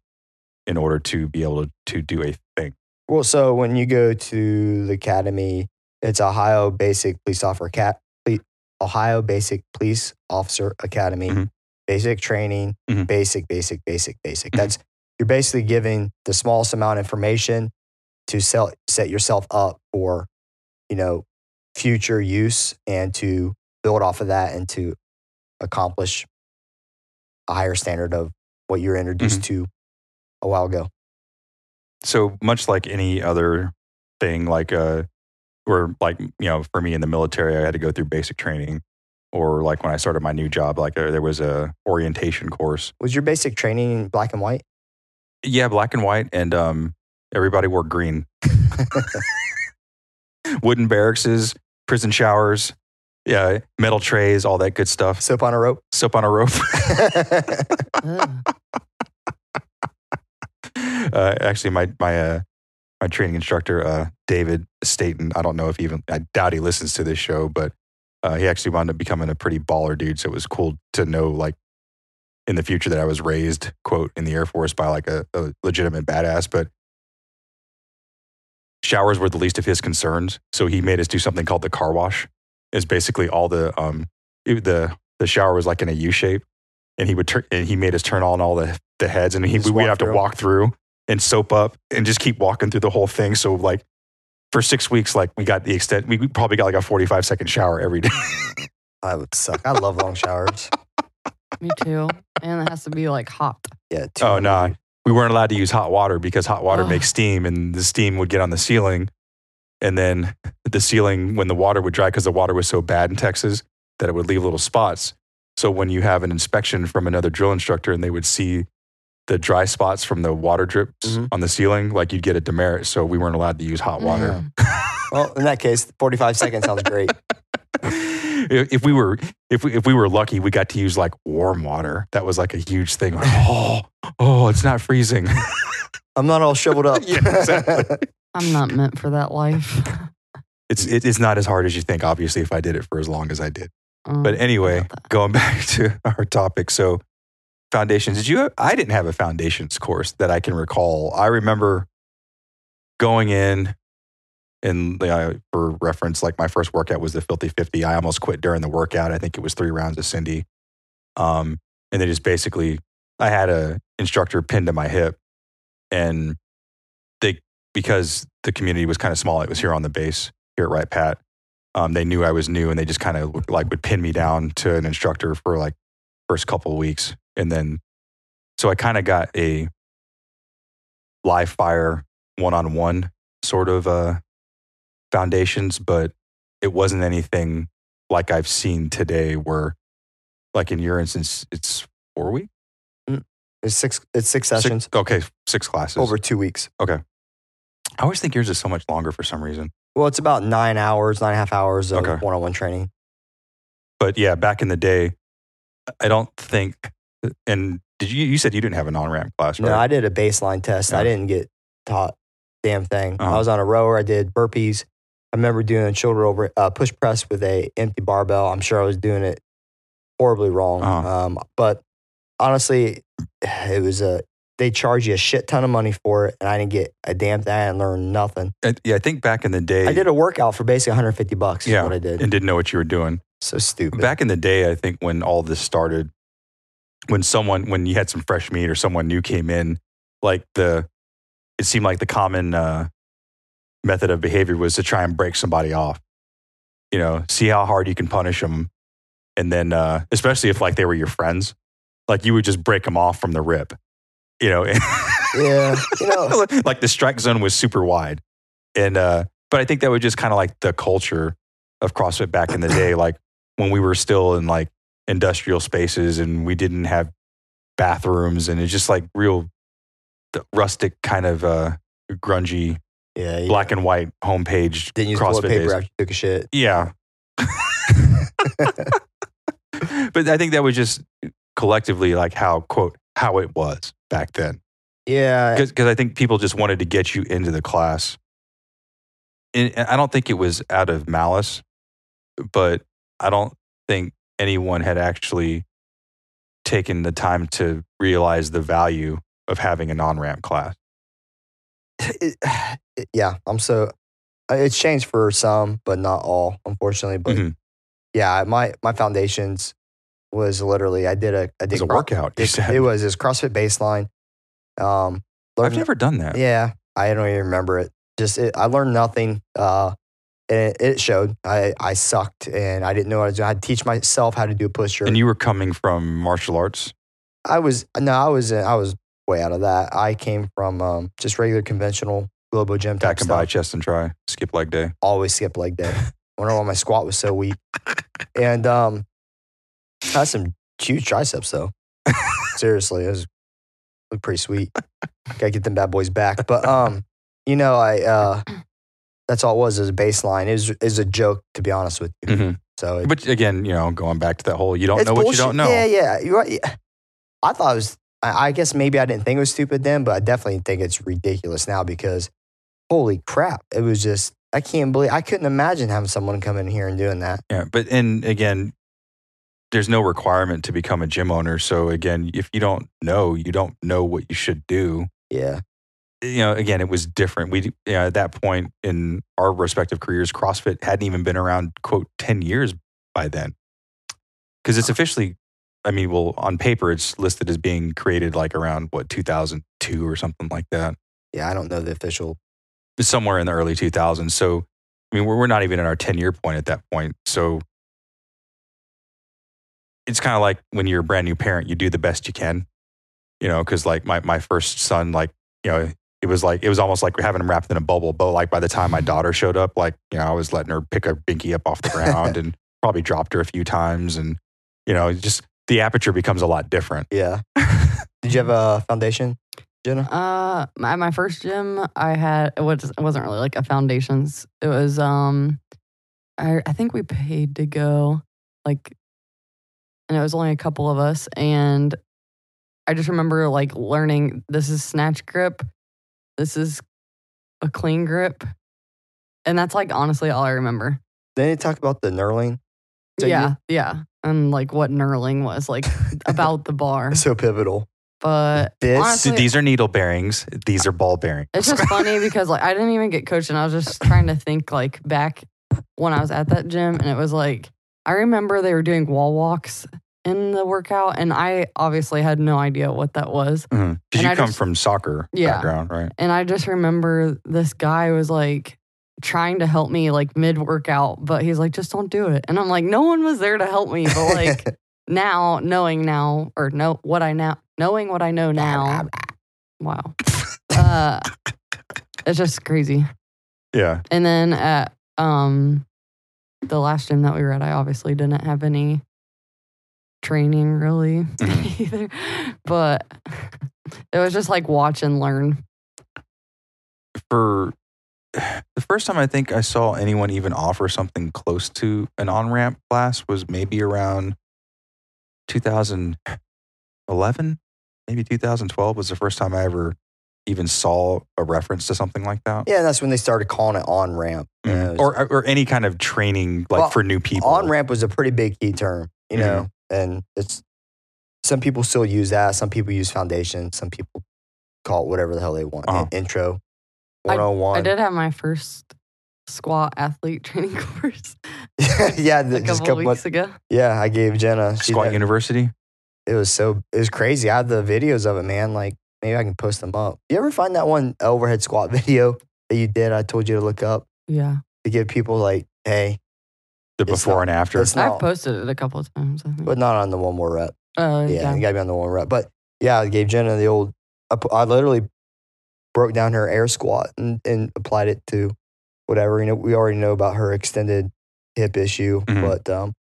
[SPEAKER 2] in order to be able to, to do a thing.
[SPEAKER 1] Well, so when you go to the academy, it's Ohio Basic Police Officer Cat Ohio Basic Police Officer Academy.
[SPEAKER 2] Mhm.
[SPEAKER 1] Basic training,
[SPEAKER 2] Mhm.
[SPEAKER 1] basic, basic, basic, basic.
[SPEAKER 2] Mhm.
[SPEAKER 1] That's you're basically giving the smallest amount of information to sell, set yourself up for, you know, future use and to build off of that and to accomplish a higher standard of what you're introduced to a while ago.
[SPEAKER 2] So much like any other thing, like uh, or like you know, for me in the military, I had to go through basic training, or like when I started my new job, like uh, there was a orientation course
[SPEAKER 1] Was your basic training black and white?
[SPEAKER 2] Yeah, black and white, and um, everybody wore green. Wooden barracks, prison showers, yeah, metal trays, all that good stuff.
[SPEAKER 1] Soap on a rope?
[SPEAKER 2] Soap on a rope.
[SPEAKER 3] Ugh.
[SPEAKER 2] uh, actually, my my uh, my training instructor, uh, David Staten. I don't know if he even I doubt he listens to this show, but uh, he actually wound up becoming a pretty baller dude. So it was cool to know, like, in the future that I was raised, quote, in the Air Force by like a, a legitimate badass. But showers were the least of his concerns, so he made us do something called the car wash. It's basically all the um it- the the shower was like in a U shape, and he would turn and he made us turn on all the the heads, and he,
[SPEAKER 1] Just
[SPEAKER 2] we would
[SPEAKER 1] walk
[SPEAKER 2] have to
[SPEAKER 1] through.
[SPEAKER 2] walk through and soap up and just keep walking through the whole thing. So like for six weeks, like we got the extent we we probably got like a forty five second shower every day.
[SPEAKER 1] I would suck. I love long showers.
[SPEAKER 3] me too. And it has to be like hot.
[SPEAKER 1] Yeah. two
[SPEAKER 2] Oh,
[SPEAKER 1] hundred
[SPEAKER 2] nah.
[SPEAKER 1] degrees.
[SPEAKER 2] we weren't allowed to use hot water because hot water
[SPEAKER 3] Ugh.
[SPEAKER 2] makes steam and the steam would get on the ceiling. And then the ceiling, when the water would dry, because the water was so bad in Texas that it would leave little spots. So when you have an inspection from another drill instructor and they would see the dry spots from the water drips
[SPEAKER 1] Mhm.
[SPEAKER 2] on the ceiling, like you'd get a demerit. So we weren't allowed to use hot water.
[SPEAKER 3] Mm,
[SPEAKER 1] Yeah. Well, in that case, 45 seconds sounds great.
[SPEAKER 2] if if we were if we if we were lucky, we got to use like warm water. That was like a huge thing. Like, oh, oh, it's not freezing.
[SPEAKER 1] I'm not all shoveled up.
[SPEAKER 2] Yeah, exactly.
[SPEAKER 3] I'm not meant for that life.
[SPEAKER 2] it's it, it's not as hard as you think. Obviously, if I did it for as long as I did.
[SPEAKER 3] Um,
[SPEAKER 2] But anyway,
[SPEAKER 3] about that.
[SPEAKER 2] going back to our topic, so foundations. Did you? Have, I didn't have a foundations course that I can recall. I remember going in, and uh, for reference, like my first workout was the Filthy Fifty. I almost quit during the workout. I think it was three rounds of Cindy, um, and they just basically, I had a instructor pinned to my hip, and they because the community was kind of small. It was here on the base here at Right Pat um, they knew I was new and they just kind of like would pin me down to an instructor for like first couple of weeks. And then, so I kind of got a live fire one on one sort of uh, foundations, but it wasn't anything like I've seen today where like in your instance, it's four weeks,
[SPEAKER 1] It's six, it's six
[SPEAKER 2] Six-
[SPEAKER 1] sessions
[SPEAKER 2] okay. Six classes.
[SPEAKER 1] over two weeks.
[SPEAKER 2] I always think yours is so much longer for some reason.
[SPEAKER 1] Well, it's about nine hours, nine and a half hours of
[SPEAKER 2] Okay.
[SPEAKER 1] one on one training.
[SPEAKER 2] but yeah, back in the day, I don't think. uh, And did you? You said you didn't have an on ramp class, right?
[SPEAKER 1] No, I did a baseline test. I
[SPEAKER 2] Yeah.
[SPEAKER 1] didn't get taught damn thing.
[SPEAKER 2] Uh-huh.
[SPEAKER 1] I was on a rower. I did burpees. I remember doing a shoulder over uh, push press with a empty barbell. I'm sure I was doing it horribly wrong.
[SPEAKER 2] Uh-huh.
[SPEAKER 1] Um, but honestly, it was a they charge you a shit ton of money for it, and I didn't get a damn thing. I didn't learn nothing.
[SPEAKER 2] I, yeah, I think back in the day,
[SPEAKER 1] I did a workout for basically 150 bucks. Yeah,
[SPEAKER 2] Yeah.
[SPEAKER 1] what I did.
[SPEAKER 2] and didn't know what you were doing.
[SPEAKER 1] so stupid.
[SPEAKER 2] Back in the day, I think when all this started, when someone, when you had some fresh meat or someone new came in, like the, it seemed like the common uh, method of behavior was to try and break somebody off. You know, see how hard you can punish them, and then uh, especially if like they were your friends, like you would just break them off from the rip. You know,
[SPEAKER 1] yeah, you know,
[SPEAKER 2] like the strike zone was super wide. And uh but I think that was just kind of like the culture of CrossFit back in the day, like when we were still in like industrial spaces and we didn't have bathrooms and it's just like real the rustic kind of uh grungy
[SPEAKER 1] yeah. You
[SPEAKER 2] black and white homepage
[SPEAKER 1] didn't use toilet
[SPEAKER 2] CrossFit
[SPEAKER 1] paper
[SPEAKER 2] days.
[SPEAKER 1] after you took a shit.
[SPEAKER 2] Yeah. but I think that was just collectively like how quote how it was back then
[SPEAKER 1] Yeah,
[SPEAKER 2] because I think people just wanted to get you into the class. And and I don't think it was out of malice, but I don't think anyone had actually taken the time to realize the value of having a non ramp class.
[SPEAKER 1] It- it- yeah, I'm so uh, it's changed for some, but not all, unfortunately. But
[SPEAKER 2] Mhm.
[SPEAKER 1] yeah, my my foundations was literally I did a I did
[SPEAKER 2] It's a
[SPEAKER 1] cro-
[SPEAKER 2] workout. you
[SPEAKER 1] it's-
[SPEAKER 2] said.
[SPEAKER 1] It was his CrossFit baseline. Um,
[SPEAKER 2] I've
[SPEAKER 1] learned-
[SPEAKER 2] never done that.
[SPEAKER 1] Yeah, I don't even remember it. Just it, I learned nothing. Uh, and it, it showed. I I sucked, and I didn't know what I was doing. I had to teach myself how to do a pusher.
[SPEAKER 2] And you were coming from martial arts.
[SPEAKER 1] I was no, I was I was way out of that. I came from um, just regular conventional Globo Gym type
[SPEAKER 2] Back and by
[SPEAKER 1] stuff.
[SPEAKER 2] chest and try. Skip leg day.
[SPEAKER 1] Always skip leg day. Wonder why my squat was so weak. And um, I had some huge triceps though. Seriously, it was looked pretty sweet. Gotta get them bad boys back. But um, you know, I uh, that's all it was. It was a baseline. It was, it was a joke to be honest with you.
[SPEAKER 2] Mhm.
[SPEAKER 1] So it,
[SPEAKER 2] But again, you know, going back to that whole you don't know what you don't know.
[SPEAKER 1] Yeah, yeah. You're right. Yeah. I thought it was. I I guess maybe I didn't think it was stupid then, but I definitely think it's ridiculous now because holy crap, it was just. I can't believe I couldn't imagine having someone come in here and doing that.
[SPEAKER 2] Yeah, but and again, there's no requirement to become a gym owner. So again, if you don't know, you don't know what you should do.
[SPEAKER 1] Yeah,
[SPEAKER 2] You know, again, it was different. We you know, at that point in our respective careers, CrossFit hadn't even been around quote ten years by then, because it's officially. I mean, well, on paper, it's listed as being created like around what 2002 or something like that,
[SPEAKER 1] yeah. I don't know the official.
[SPEAKER 2] somewhere in the early 2000s. So, I mean, we're, we're not even in our 10 year point at that point. So, it's kind of like when you're a brand new parent, you do the best you can, you know, because like my, my first son, like, you know, it was like, it was almost like having him wrapped in a bubble. But like by the time my daughter showed up, like, you know, I was letting her pick her binky up off the ground and probably dropped her a few times. And, you know, just the aperture becomes a lot different.
[SPEAKER 1] Yeah. Did you have a foundation, Jenna?
[SPEAKER 3] Uh, at my first gym, I had it was it wasn't really like a foundations. It was um, I I think we paid to go, like, and it was only a couple of us, and I just remember like learning this is snatch grip, this is a clean grip, and that's like honestly all I remember.
[SPEAKER 1] Then you talk about the knurling. So you-
[SPEAKER 3] yeah, yeah, and like what knurling was like about the bar,
[SPEAKER 1] It's so pivotal.
[SPEAKER 3] but
[SPEAKER 1] This-
[SPEAKER 3] honestly,
[SPEAKER 2] These are needle bearings. These are ball bearings.
[SPEAKER 3] It's just funny because like I didn't even get coached, and I was just trying to think like back when I was at that gym, and it was like I remember they were doing wall walks in the workout, and I obviously had no idea what that was,
[SPEAKER 2] Because
[SPEAKER 3] And
[SPEAKER 2] Mm-hmm. you
[SPEAKER 3] I
[SPEAKER 2] come
[SPEAKER 3] just-
[SPEAKER 2] from soccer
[SPEAKER 3] Yeah.
[SPEAKER 2] background, right?
[SPEAKER 3] and I just remember this guy was like trying to help me like mid workout, but he's like just don't do it, and I'm like no one was there to help me, but like now knowing now or no what I now knowing what I know now, wow, uh, it's just crazy.
[SPEAKER 2] Yeah.
[SPEAKER 3] And then at um the last gym that we were at, I obviously didn't have any training really
[SPEAKER 2] Mhm.
[SPEAKER 1] Mm-hmm.
[SPEAKER 3] either. But it was just like watch and learn.
[SPEAKER 2] For the first time I think I saw anyone even offer something close to an on ramp class was maybe around 2011, maybe 2012 was the first time I ever even saw a reference to something like that.
[SPEAKER 1] Yeah, that's when they started calling it on ramp.
[SPEAKER 2] Mhm. Or, or any kind of training like Mm-hmm.
[SPEAKER 1] Well,
[SPEAKER 2] for new people.
[SPEAKER 1] on ramp was a pretty big key term, you know, and it's some people still use that. Some people use foundation. Some people call it whatever the hell they want.
[SPEAKER 2] Uh-huh.
[SPEAKER 1] In- Intro, one hundred and one.
[SPEAKER 3] I did have my first squat athlete training course
[SPEAKER 1] yeah, the-
[SPEAKER 3] a
[SPEAKER 1] just
[SPEAKER 3] couple
[SPEAKER 1] a couple
[SPEAKER 3] weeks
[SPEAKER 1] months-
[SPEAKER 3] ago.
[SPEAKER 1] Yeah, I gave Jenna. she
[SPEAKER 2] Squat
[SPEAKER 1] did-
[SPEAKER 2] University.
[SPEAKER 1] it was so it was crazy. I have the videos of it, man. Like maybe I can post them up. You ever find that one overhead squat video that you did? I told you to look up
[SPEAKER 3] Yeah.
[SPEAKER 1] to give people like, hey,
[SPEAKER 2] The
[SPEAKER 1] It's
[SPEAKER 2] before
[SPEAKER 1] not-
[SPEAKER 2] and after.
[SPEAKER 1] it's
[SPEAKER 3] I've
[SPEAKER 1] not,
[SPEAKER 3] posted it a couple of times. I think.
[SPEAKER 1] but not on the one more rep.
[SPEAKER 3] uh,
[SPEAKER 1] Yeah,
[SPEAKER 3] yeah.
[SPEAKER 1] you gotta be on the one rep. But yeah, I gave Jenna the old. I, pu- I literally broke down her air squat and, and applied it to whatever. You know, we already know about her extended hip issue,
[SPEAKER 2] Mhm.
[SPEAKER 1] but um,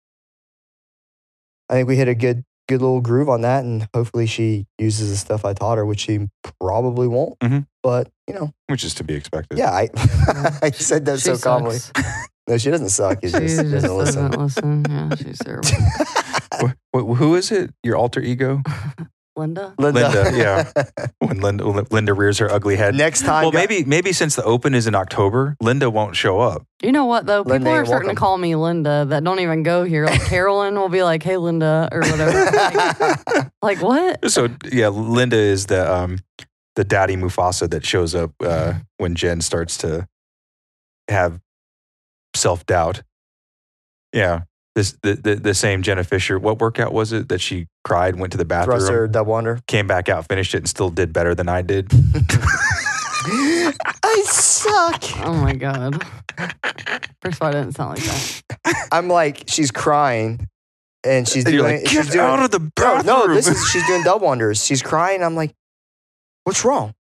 [SPEAKER 1] I think we hit a good good little groove on that, and hopefully she uses the stuff I taught her, which she probably won't.
[SPEAKER 2] Mhm.
[SPEAKER 1] But you know,
[SPEAKER 2] which is to be expected.
[SPEAKER 1] yeah, I I said that
[SPEAKER 3] She
[SPEAKER 1] so calmly.
[SPEAKER 3] sucks.
[SPEAKER 1] No, she doesn't suck. She
[SPEAKER 3] She
[SPEAKER 1] just doesn't listen.
[SPEAKER 3] doesn't listen. Yeah, she's terrible.
[SPEAKER 2] Wh- wh- who is it? Your alter ego?
[SPEAKER 3] Linda.
[SPEAKER 2] Linda, when Linda, Linda rears her ugly head.
[SPEAKER 1] Next time,
[SPEAKER 2] well,
[SPEAKER 1] guy-
[SPEAKER 2] maybe maybe since the open is in October, Linda won't show up.
[SPEAKER 3] You know what though? People
[SPEAKER 1] Linda
[SPEAKER 3] are
[SPEAKER 1] ain't
[SPEAKER 3] starting
[SPEAKER 1] welcome.
[SPEAKER 3] to call me Linda that don't even go here. Like Carolyn will be like, "Hey Linda" or whatever. like, like, what?
[SPEAKER 2] So yeah, Linda is the um the daddy Mufasa that shows up uh, when Jen starts to have self doubt. Yeah, this the, the the same Jenna Fisher. What workout was it that she cried, went to the bathroom,
[SPEAKER 1] Thruster, double under.
[SPEAKER 2] came back out, finished it, and still did better than I did.
[SPEAKER 1] I suck.
[SPEAKER 3] Oh my god. First of all, I didn't sound like that.
[SPEAKER 1] I'm like, she's crying, and she's
[SPEAKER 2] And you're
[SPEAKER 1] doing.
[SPEAKER 2] like,
[SPEAKER 1] she's
[SPEAKER 2] get
[SPEAKER 1] doing-
[SPEAKER 2] out of the
[SPEAKER 1] no,
[SPEAKER 2] bathroom.
[SPEAKER 1] no, this is she's doing double unders. She's crying. I'm like, what's wrong?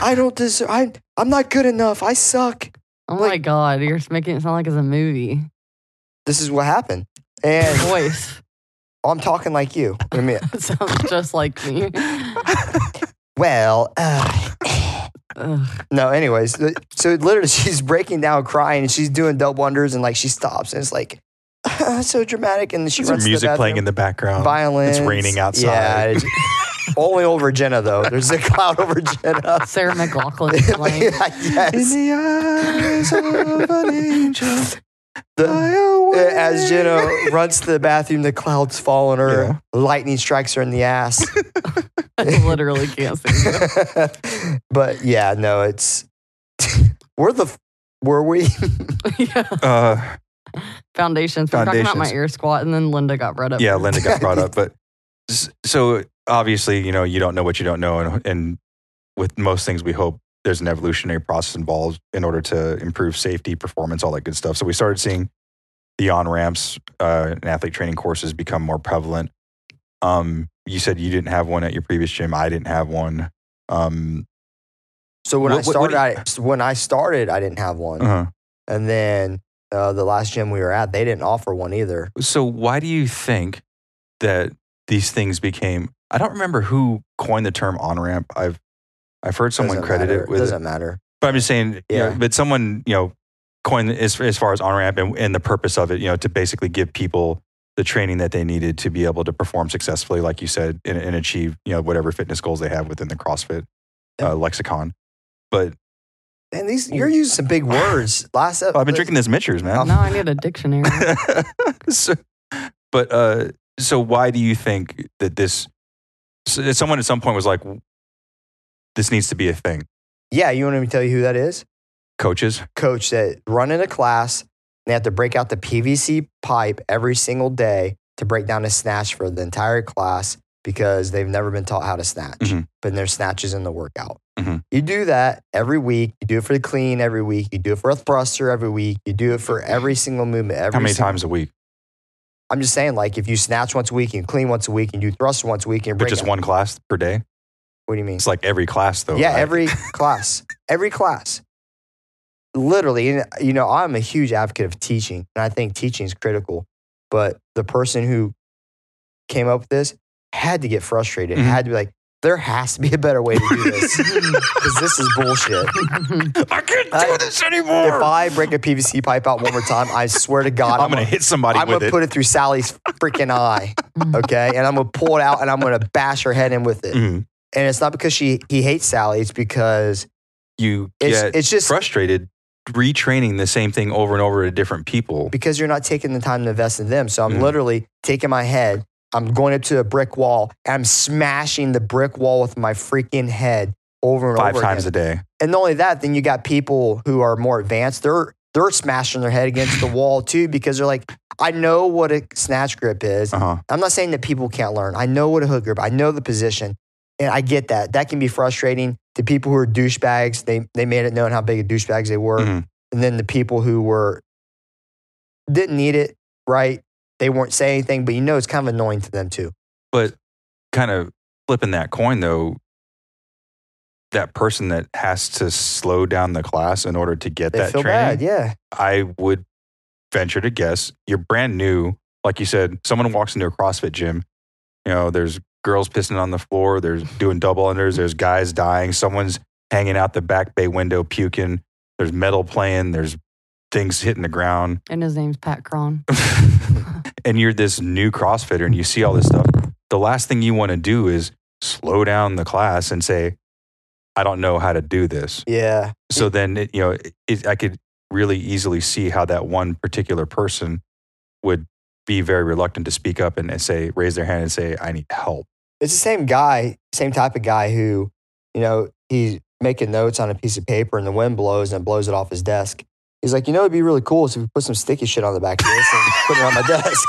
[SPEAKER 1] I don't deserve. I I'm not good enough. I suck.
[SPEAKER 3] Oh my
[SPEAKER 1] Like-
[SPEAKER 3] god, you're making it sound like it's a movie.
[SPEAKER 1] This is what happened, and
[SPEAKER 3] Voice
[SPEAKER 1] I'm talking like you. I mean,
[SPEAKER 3] It sounds just like me.
[SPEAKER 1] well. Uh,
[SPEAKER 3] Ugh.
[SPEAKER 1] No, anyways, th- so literally she's breaking down crying and she's doing double unders and like she stops and it's like so dramatic and she
[SPEAKER 2] There's some
[SPEAKER 1] runs to the
[SPEAKER 2] music playing
[SPEAKER 1] bathroom.
[SPEAKER 2] in the background.
[SPEAKER 1] violence.
[SPEAKER 2] Um, It's raining outside.
[SPEAKER 1] Yeah, it's- only over Jenna though. There's a cloud over Jenna.
[SPEAKER 3] Sarah McLaughlin is playing.
[SPEAKER 1] yes.
[SPEAKER 2] the eyes of an angel,
[SPEAKER 1] The- as Jenna runs to the bathroom, the clouds fall on her.
[SPEAKER 2] Yeah.
[SPEAKER 1] Lightning strikes her in the ass.
[SPEAKER 3] I literally can't see.
[SPEAKER 1] but yeah, no, it's we're the were we?
[SPEAKER 3] yeah.
[SPEAKER 2] uh,
[SPEAKER 3] Foundations. We We're talking about my
[SPEAKER 2] Foundations.
[SPEAKER 3] air squat, and then Linda got brought up.
[SPEAKER 2] yeah, Linda got brought up, but s- so obviously, you know, you don't know what you don't know, and, and with most things, we hope there's an evolutionary process involved in order to improve safety, performance, all that good stuff. So we started seeing the on ramps uh, and athlete training courses become more prevalent. Um, you said you didn't have one at your previous gym. I didn't have one. Um,
[SPEAKER 1] So when I
[SPEAKER 2] What- what- what
[SPEAKER 1] started, I, when I started, I didn't have one.
[SPEAKER 2] uh-huh.
[SPEAKER 1] And then uh, the last gym we were at, they didn't offer one either.
[SPEAKER 2] So why do you think that these things became? I don't remember who coined the term on ramp. I've I've heard someone
[SPEAKER 1] Doesn't
[SPEAKER 2] credit
[SPEAKER 1] matter.
[SPEAKER 2] it with,
[SPEAKER 1] doesn't matter.
[SPEAKER 2] but I'm just saying, yeah.
[SPEAKER 1] Yeah.
[SPEAKER 2] but someone you know coined as as far as on ramp and, and the purpose of it, you know, to basically give people the training that they needed to be able to perform successfully, like you said, and, and achieve you know whatever fitness goals they have within the CrossFit
[SPEAKER 1] Yeah.
[SPEAKER 2] uh, lexicon. But
[SPEAKER 1] And these, you're using some big words. Last,
[SPEAKER 2] I've been drinking this Mitchers, man.
[SPEAKER 3] Now I need a dictionary.
[SPEAKER 2] so, but uh, so why do you think that this? so- Someone at some point was like, "This needs to be a thing."
[SPEAKER 1] Yeah, you want me to tell you who that is?
[SPEAKER 2] Coaches,
[SPEAKER 1] Coach that running a class, they have to break out the PVC pipe every single day to break down a snatch for the entire class because they've never been taught how to snatch.
[SPEAKER 2] Mhm.
[SPEAKER 1] But there's snatches in the workout.
[SPEAKER 2] Mhm.
[SPEAKER 1] You do that every week. You do it for the clean every week. You do it for a thruster every week. You do it for every single movement. Every
[SPEAKER 2] how many
[SPEAKER 1] single-
[SPEAKER 2] times a week?
[SPEAKER 1] I'm just saying, like, if you snatch once a week and clean once a week and you thrust once a week and
[SPEAKER 2] But
[SPEAKER 1] break
[SPEAKER 2] just
[SPEAKER 1] it-
[SPEAKER 2] one class per day.
[SPEAKER 1] What do you mean?
[SPEAKER 2] It's like every class, though.
[SPEAKER 1] yeah,
[SPEAKER 2] right?
[SPEAKER 1] every class, every class. Literally, and, you know, I'm a huge advocate of teaching, and I think teaching is critical. But the person who came up with this had to get frustrated.
[SPEAKER 2] Mhm.
[SPEAKER 1] Had to be like, there has to be a better way to do this because this is bullshit.
[SPEAKER 2] I can't do
[SPEAKER 1] I-
[SPEAKER 2] this anymore.
[SPEAKER 1] If I break a PVC pipe out one more time, I swear to God,
[SPEAKER 2] I'm, gonna hit somebody
[SPEAKER 1] I'm
[SPEAKER 2] with
[SPEAKER 1] gonna
[SPEAKER 2] it.
[SPEAKER 1] put it through Sally's freaking eye, okay? And I'm gonna pull it out and I'm gonna bash her head in with it.
[SPEAKER 2] Mhm.
[SPEAKER 1] And it's not because she he hates Sally; it's because
[SPEAKER 2] You
[SPEAKER 1] it's
[SPEAKER 2] get
[SPEAKER 1] it's just
[SPEAKER 2] frustrated retraining the same thing over and over to different people.
[SPEAKER 1] because you're not taking the time to invest in them. So I'm
[SPEAKER 2] Mhm.
[SPEAKER 1] literally taking my head, I'm going up to a brick wall, and I'm smashing the brick wall with my freaking head over and
[SPEAKER 2] Five
[SPEAKER 1] over
[SPEAKER 2] times
[SPEAKER 1] again.
[SPEAKER 2] a day.
[SPEAKER 1] and not only that, then you got people who are more advanced. They're they're smashing their head against the wall too because they're like, I know what a snatch grip is.
[SPEAKER 2] Uh huh.
[SPEAKER 1] I'm not saying that people can't learn. I know what a hook grip. I know the position, and I get that. That can be frustrating to people who are douchebags. They they made it known how big of douchebags they were,
[SPEAKER 2] Mhm.
[SPEAKER 1] and then the people who were didn't need it, right? They weren't saying anything, but you know it's kind of annoying to them too.
[SPEAKER 2] But kind of flipping that coin though, that person that has to slow down the class in order to get
[SPEAKER 1] They
[SPEAKER 2] that
[SPEAKER 1] feel
[SPEAKER 2] training,
[SPEAKER 1] bad, yeah.
[SPEAKER 2] I would venture to guess you're brand new. Like you said, someone walks into a CrossFit gym, you know, there's girls pissing on the floor, there's doing double unders, there's guys dying, someone's hanging out the back bay window puking, there's metal playing, there's things hitting the ground.
[SPEAKER 3] and his name's Pat Cron.
[SPEAKER 2] and you're this new CrossFitter and you see all this stuff, the last thing you want to do is slow down the class and say, I don't know how to do this.
[SPEAKER 1] Yeah.
[SPEAKER 2] So then, it, you know, it, I could really easily see how that one particular person would be very reluctant to speak up and, and say, raise their hand and say, I need help.
[SPEAKER 1] It's the same guy, same type of guy who, you know, he's making notes on a piece of paper and the wind blows and it blows it off his desk. He's like, you know, it'd be really cool is if we put some sticky shit on the back of this and put it on my desk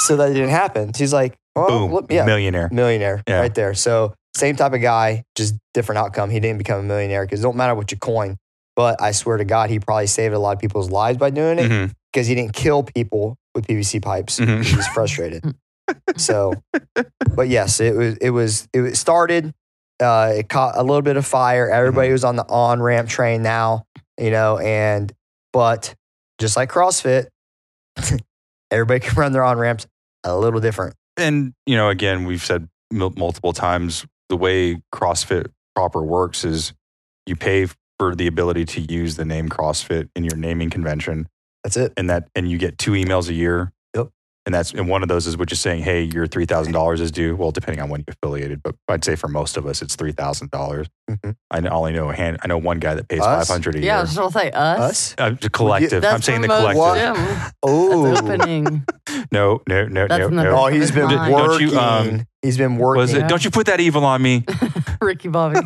[SPEAKER 1] so that it didn't happen. He's like, oh,
[SPEAKER 2] Boom,
[SPEAKER 1] look- yeah,
[SPEAKER 2] millionaire.
[SPEAKER 1] millionaire
[SPEAKER 2] Yeah.
[SPEAKER 1] right there. So same type of guy, just different outcome. He didn't become a millionaire because it don't matter what you coin. But I swear to God, he probably saved a lot of people's lives by doing it
[SPEAKER 2] Mhm,
[SPEAKER 1] because he didn't kill people with PVC pipes.
[SPEAKER 2] mhm.
[SPEAKER 1] He was frustrated. so, but yes, it was. It was. It was- started. Uh, it caught a little bit of fire. Everybody was on the on ramp train now, you know. And but just like CrossFit, everybody can run their on ramps a little different.
[SPEAKER 2] and you know again we've said mul- multiple times the way crossfit proper works is you pay for the ability to use the name crossfit in your naming convention
[SPEAKER 1] That's it.
[SPEAKER 2] and that and you get two emails a year
[SPEAKER 1] Yep.
[SPEAKER 2] and that's and one of those is which is saying hey your $3000 is due well depending on when you affiliated but i'd say for most of us it's $3000
[SPEAKER 1] Mhm.
[SPEAKER 2] i know- only know a hand i know one guy that pays
[SPEAKER 1] Us?
[SPEAKER 2] 500 a
[SPEAKER 3] Yeah, I
[SPEAKER 2] year
[SPEAKER 3] was just gonna say us.
[SPEAKER 1] Us?
[SPEAKER 2] uh, the collective
[SPEAKER 3] That's
[SPEAKER 2] i'm saying the
[SPEAKER 3] from a
[SPEAKER 2] collective
[SPEAKER 3] gym.
[SPEAKER 1] Oh,
[SPEAKER 3] That's opening.
[SPEAKER 2] no no no
[SPEAKER 3] That's
[SPEAKER 2] no
[SPEAKER 3] in the
[SPEAKER 2] no
[SPEAKER 1] oh, he's been
[SPEAKER 3] Don't
[SPEAKER 1] working.
[SPEAKER 3] you,
[SPEAKER 2] um,
[SPEAKER 1] he's been working.
[SPEAKER 2] was it
[SPEAKER 3] Yeah.
[SPEAKER 2] don't you put that evil on me
[SPEAKER 3] Ricky Bobby.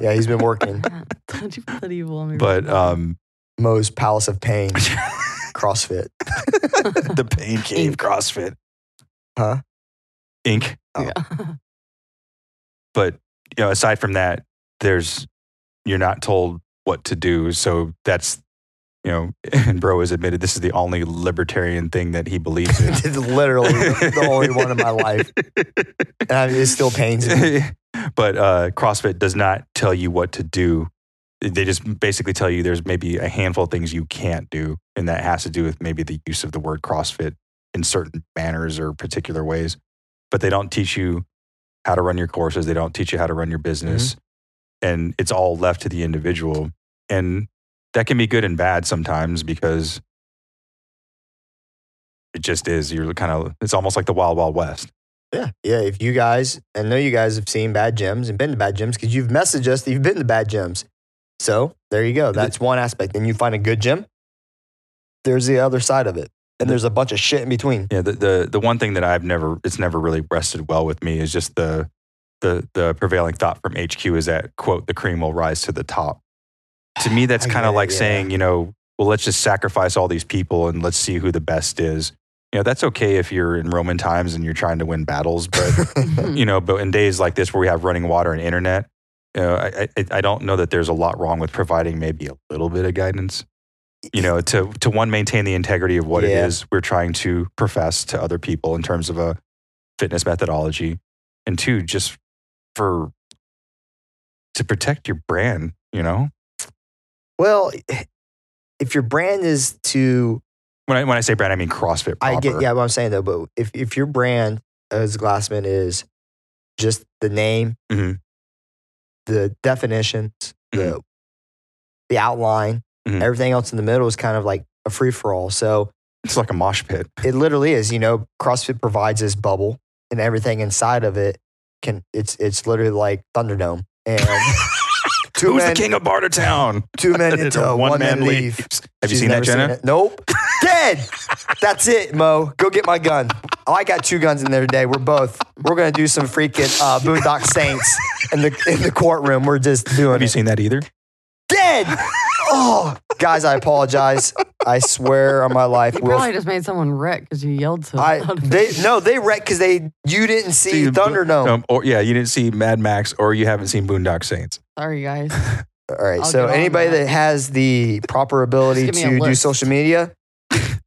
[SPEAKER 1] Yeah, he's been working.
[SPEAKER 3] Don't you put that evil on me?
[SPEAKER 2] but
[SPEAKER 3] Ricky Bobby?
[SPEAKER 2] um
[SPEAKER 1] Moe's Palace of Pain, CrossFit.
[SPEAKER 2] the pain cave CrossFit.
[SPEAKER 1] Huh? Oh.
[SPEAKER 2] Inc.
[SPEAKER 1] uh,
[SPEAKER 2] But you know, aside from that, there's you're not told what to do. So that's you know, and Bro has admitted this is the only libertarian thing that he believes in.
[SPEAKER 1] It's literally the only one in my life, and I mean, it still pains me.
[SPEAKER 2] but uh, CrossFit does not tell you what to do. They just basically tell you there's maybe a handful of things you can't do, and that has to do with maybe the use of the word CrossFit in certain manners or particular ways. But they don't teach you how to run your courses. They don't teach you how to run your business, and it's all left to the individual. And that can be good and bad sometimes because it just is. You're kind of it's almost like the Wild Wild West.
[SPEAKER 1] Yeah, yeah. If you guys, I know you guys have seen bad gyms and been to bad gyms because you've messaged us that you've been to bad gyms. So there you go. That's one aspect. Then you find a good gym. There's the other side of it, and there's a bunch of shit in between.
[SPEAKER 2] Yeah, the, the the one thing that I've never it's never really rested well with me is just the the the prevailing thought from HQ is that quote the cream will rise to the top. To me, that's
[SPEAKER 1] I
[SPEAKER 2] kind
[SPEAKER 1] get
[SPEAKER 2] of
[SPEAKER 1] it,
[SPEAKER 2] like
[SPEAKER 1] yeah.
[SPEAKER 2] saying you know well let's just sacrifice all these people and let's see who the best is. You know that's okay if you're in Roman times and you're trying to win battles, but you know, but in days like this where we have running water and internet, you know, I, I, I don't know that there's a lot wrong with providing maybe a little bit of guidance. You know, to to one maintain the integrity of what
[SPEAKER 1] Yeah.
[SPEAKER 2] it is we're trying to profess to other people in terms of a fitness methodology, and two, just for to protect your brand. You know,
[SPEAKER 1] Well, if your brand is to,
[SPEAKER 2] when I when I say brand, I mean CrossFit. Proper.
[SPEAKER 1] I get yeah, what I'm saying though. But if if your brand as Glassman is just the name,
[SPEAKER 2] Mhm.
[SPEAKER 1] the definitions,
[SPEAKER 2] Mm-hmm.
[SPEAKER 1] the the outline,
[SPEAKER 2] Mhm.
[SPEAKER 1] everything else in the middle is kind of like a free for all. So
[SPEAKER 2] It's like a mosh pit.
[SPEAKER 1] it literally is. You know, CrossFit provides this bubble, and everything inside of it can. It's it's literally like Thunderdome, and two
[SPEAKER 2] Who's
[SPEAKER 1] men,
[SPEAKER 2] the king of Barter Town?
[SPEAKER 1] two men into
[SPEAKER 2] One
[SPEAKER 1] one, man
[SPEAKER 2] man
[SPEAKER 1] leave.
[SPEAKER 2] Have you
[SPEAKER 1] She's
[SPEAKER 2] seen that,
[SPEAKER 1] never
[SPEAKER 2] Jenna?
[SPEAKER 1] it. Nope. Dead. That's it, Mo. Go get my gun. Oh, I got two guns in there today. We're both. We're gonna do some freaking uh, Boondock Saints in the in the courtroom. We're just doing.
[SPEAKER 2] Have you
[SPEAKER 1] it
[SPEAKER 2] seen that either?
[SPEAKER 1] dead. Oh, guys, I apologize. I swear on my life.
[SPEAKER 3] you
[SPEAKER 1] Will-
[SPEAKER 3] probably just made someone wreck because you yelled so
[SPEAKER 1] I
[SPEAKER 3] loud.
[SPEAKER 1] they no they wrecked because they you didn't see
[SPEAKER 2] See,
[SPEAKER 1] Thunderdome.
[SPEAKER 2] Um, or yeah, you didn't see Mad Max, or you haven't seen Boondock Saints.
[SPEAKER 3] Sorry, guys.
[SPEAKER 1] All right,
[SPEAKER 3] I'll
[SPEAKER 1] so
[SPEAKER 3] get on
[SPEAKER 1] anybody
[SPEAKER 3] that.
[SPEAKER 1] that has the proper ability
[SPEAKER 3] Just give me a
[SPEAKER 1] to do
[SPEAKER 3] list.
[SPEAKER 1] social media,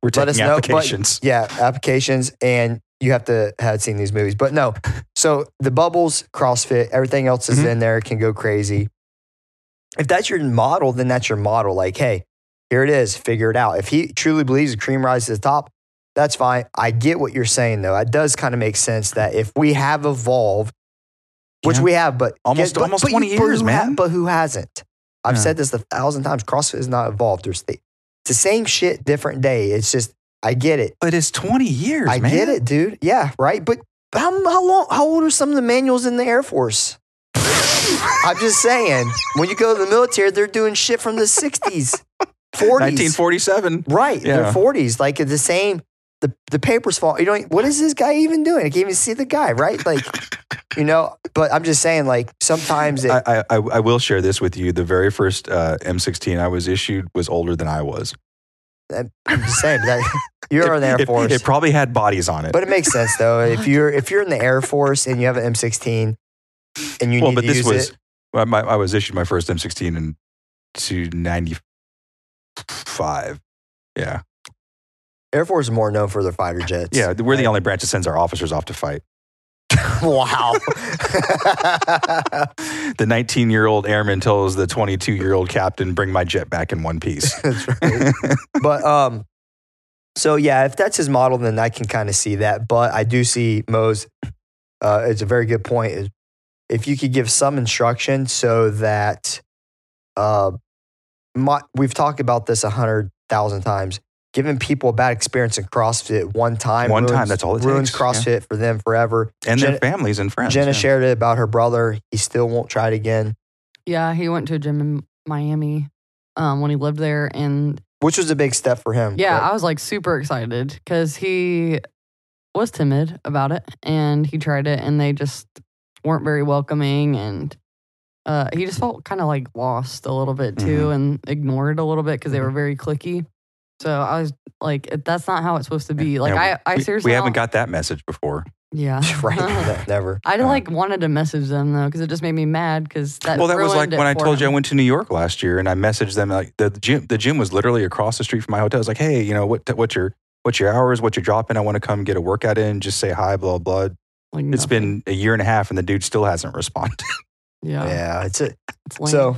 [SPEAKER 2] We're
[SPEAKER 1] Let us
[SPEAKER 2] taking
[SPEAKER 1] know, but-
[SPEAKER 2] applications.
[SPEAKER 1] yeah, applications, and you have to have seen these movies. But no, so the bubbles, CrossFit, everything else is
[SPEAKER 2] Mhm.
[SPEAKER 1] in there can go crazy. If that's your model, then that's your model. Like, hey, here it is, figure it out. If he truly believes the cream rises to the top, that's fine. I get what you're saying, though. It does kind of make sense that if we have evolved, which
[SPEAKER 2] Yeah.
[SPEAKER 1] we have, but
[SPEAKER 2] Almost-
[SPEAKER 1] but-
[SPEAKER 2] almost
[SPEAKER 1] but-
[SPEAKER 2] 20
[SPEAKER 1] but
[SPEAKER 2] years,
[SPEAKER 1] who
[SPEAKER 2] man.
[SPEAKER 1] but who hasn't? I've
[SPEAKER 2] Yeah.
[SPEAKER 1] said this a thousand times. CrossFit is not evolved. There's the, it's the same shit, different day. It's just I get it.
[SPEAKER 2] But it's 20 years,
[SPEAKER 1] I
[SPEAKER 2] man.
[SPEAKER 1] get it, dude. Yeah, right. But how, how long? How old are some of the manuals in the Air Force? I'm just saying. When you go to the military, they're doing shit from the 60s, 40s.
[SPEAKER 2] 1947.
[SPEAKER 1] Right,
[SPEAKER 2] Yeah.
[SPEAKER 1] their 40s. Like the same. The, the papers fall. You know what is this guy even doing? I can't even see the guy, right? Like, you know. But I'm just saying, like sometimes it,
[SPEAKER 2] I, I, I I will share this with you. The very first uh, M16 I was issued was older than I was.
[SPEAKER 1] I'm just saying that you're in the Air
[SPEAKER 2] It-
[SPEAKER 1] Force.
[SPEAKER 2] It, probably had bodies on it.
[SPEAKER 1] But it makes sense though. If you're if you're in the Air Force and you have an M16 and you
[SPEAKER 2] well,
[SPEAKER 1] need
[SPEAKER 2] but
[SPEAKER 1] to
[SPEAKER 2] this
[SPEAKER 1] use
[SPEAKER 2] was
[SPEAKER 1] it,
[SPEAKER 2] my, my, I was issued my first M16 in 295. Yeah,
[SPEAKER 1] Air Force is more known for their fighter jets.
[SPEAKER 2] yeah. We're the
[SPEAKER 1] Right.
[SPEAKER 2] only branch that sends our officers off to fight.
[SPEAKER 1] wow.
[SPEAKER 2] The 19 year old airman tells the 22 year old captain, "Bring my jet back in one piece."
[SPEAKER 1] That's right. But um, so yeah, if that's his model, then I can kind of see that. But I do see Mo's. Uh, it's a very good point. Is if you could give some instruction so that, uh, my, we've talked about this a hundred thousand times. Giving people a bad experience in CrossFit one time,
[SPEAKER 2] One
[SPEAKER 1] ruins,
[SPEAKER 2] time, that's all it
[SPEAKER 1] ruins
[SPEAKER 2] takes, yeah.
[SPEAKER 1] CrossFit for them forever.
[SPEAKER 2] and their
[SPEAKER 1] Jen-
[SPEAKER 2] families and friends.
[SPEAKER 1] Jenna
[SPEAKER 2] yeah.
[SPEAKER 1] shared it about her brother. He still won't try it again,
[SPEAKER 3] Yeah, he went to a gym in Miami um, when he lived there, and
[SPEAKER 1] which was a big step for him.
[SPEAKER 3] Yeah,
[SPEAKER 1] right?
[SPEAKER 3] I was like super excited because he was timid about it and he tried it and they just weren't very welcoming and uh, he just felt kind of like lost a little bit too
[SPEAKER 2] Mhm.
[SPEAKER 3] and ignored a little bit because they
[SPEAKER 2] Mm-hmm.
[SPEAKER 3] were very clicky. So I was like, if that's not how it's supposed to be. Like
[SPEAKER 2] Yeah,
[SPEAKER 3] I, I
[SPEAKER 2] we,
[SPEAKER 3] seriously
[SPEAKER 2] we haven't
[SPEAKER 3] don't-
[SPEAKER 2] got that message before.
[SPEAKER 3] yeah
[SPEAKER 1] right. No, never.
[SPEAKER 3] I
[SPEAKER 2] uh,
[SPEAKER 3] like wanted to message them though because it just made me mad because that
[SPEAKER 2] well, that was like
[SPEAKER 3] ruined it
[SPEAKER 2] when I
[SPEAKER 3] for
[SPEAKER 2] told you I
[SPEAKER 3] him.
[SPEAKER 2] went to New York last year, and I messaged them like the gym. The gym was literally across the street from my hotel. I was like, hey, you know what? What's your what's your hours? What you're dropping? I want to come get a workout in. Just say hi, blah blah.
[SPEAKER 3] Like,
[SPEAKER 2] It's
[SPEAKER 3] nothing.
[SPEAKER 2] been a year and a half, and the dude still hasn't responded.
[SPEAKER 3] yeah,
[SPEAKER 1] Yeah, it's a,
[SPEAKER 3] it's lame.
[SPEAKER 1] so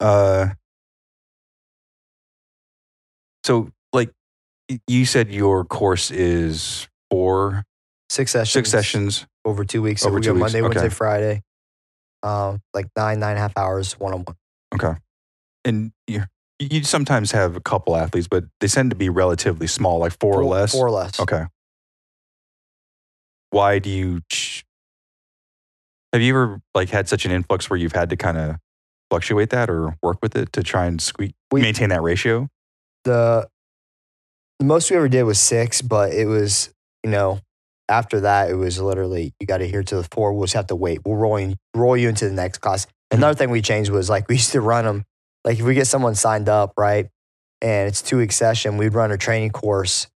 [SPEAKER 2] Uh, so like y- you said, your course is four
[SPEAKER 1] six sessions.
[SPEAKER 2] six sessions.
[SPEAKER 1] over two weeks. So
[SPEAKER 2] Over
[SPEAKER 1] we
[SPEAKER 2] two
[SPEAKER 1] go
[SPEAKER 2] weeks,
[SPEAKER 1] Monday, Wednesday,
[SPEAKER 2] okay.
[SPEAKER 1] Friday. Um, like nine, nine and a half hours one on one.
[SPEAKER 2] and you you sometimes have a couple athletes, but they tend to be relatively small, like four, or less.
[SPEAKER 1] Four or less.
[SPEAKER 2] Okay. Why do you? ch- Have you ever like had such an influx where you've had to kind of fluctuate that or work with it to try and squeak
[SPEAKER 1] We-
[SPEAKER 2] maintain that ratio?
[SPEAKER 1] The the most we ever did was six, but it was, you know, after that it was literally you gotta adhere to the four. We'll just have to wait. We'll roll you, roll you into the next class. Another
[SPEAKER 2] Mm-hmm.
[SPEAKER 1] thing we changed was like we used to run them. Like if we get someone signed up, right? And it's two week session, we'd run a training course.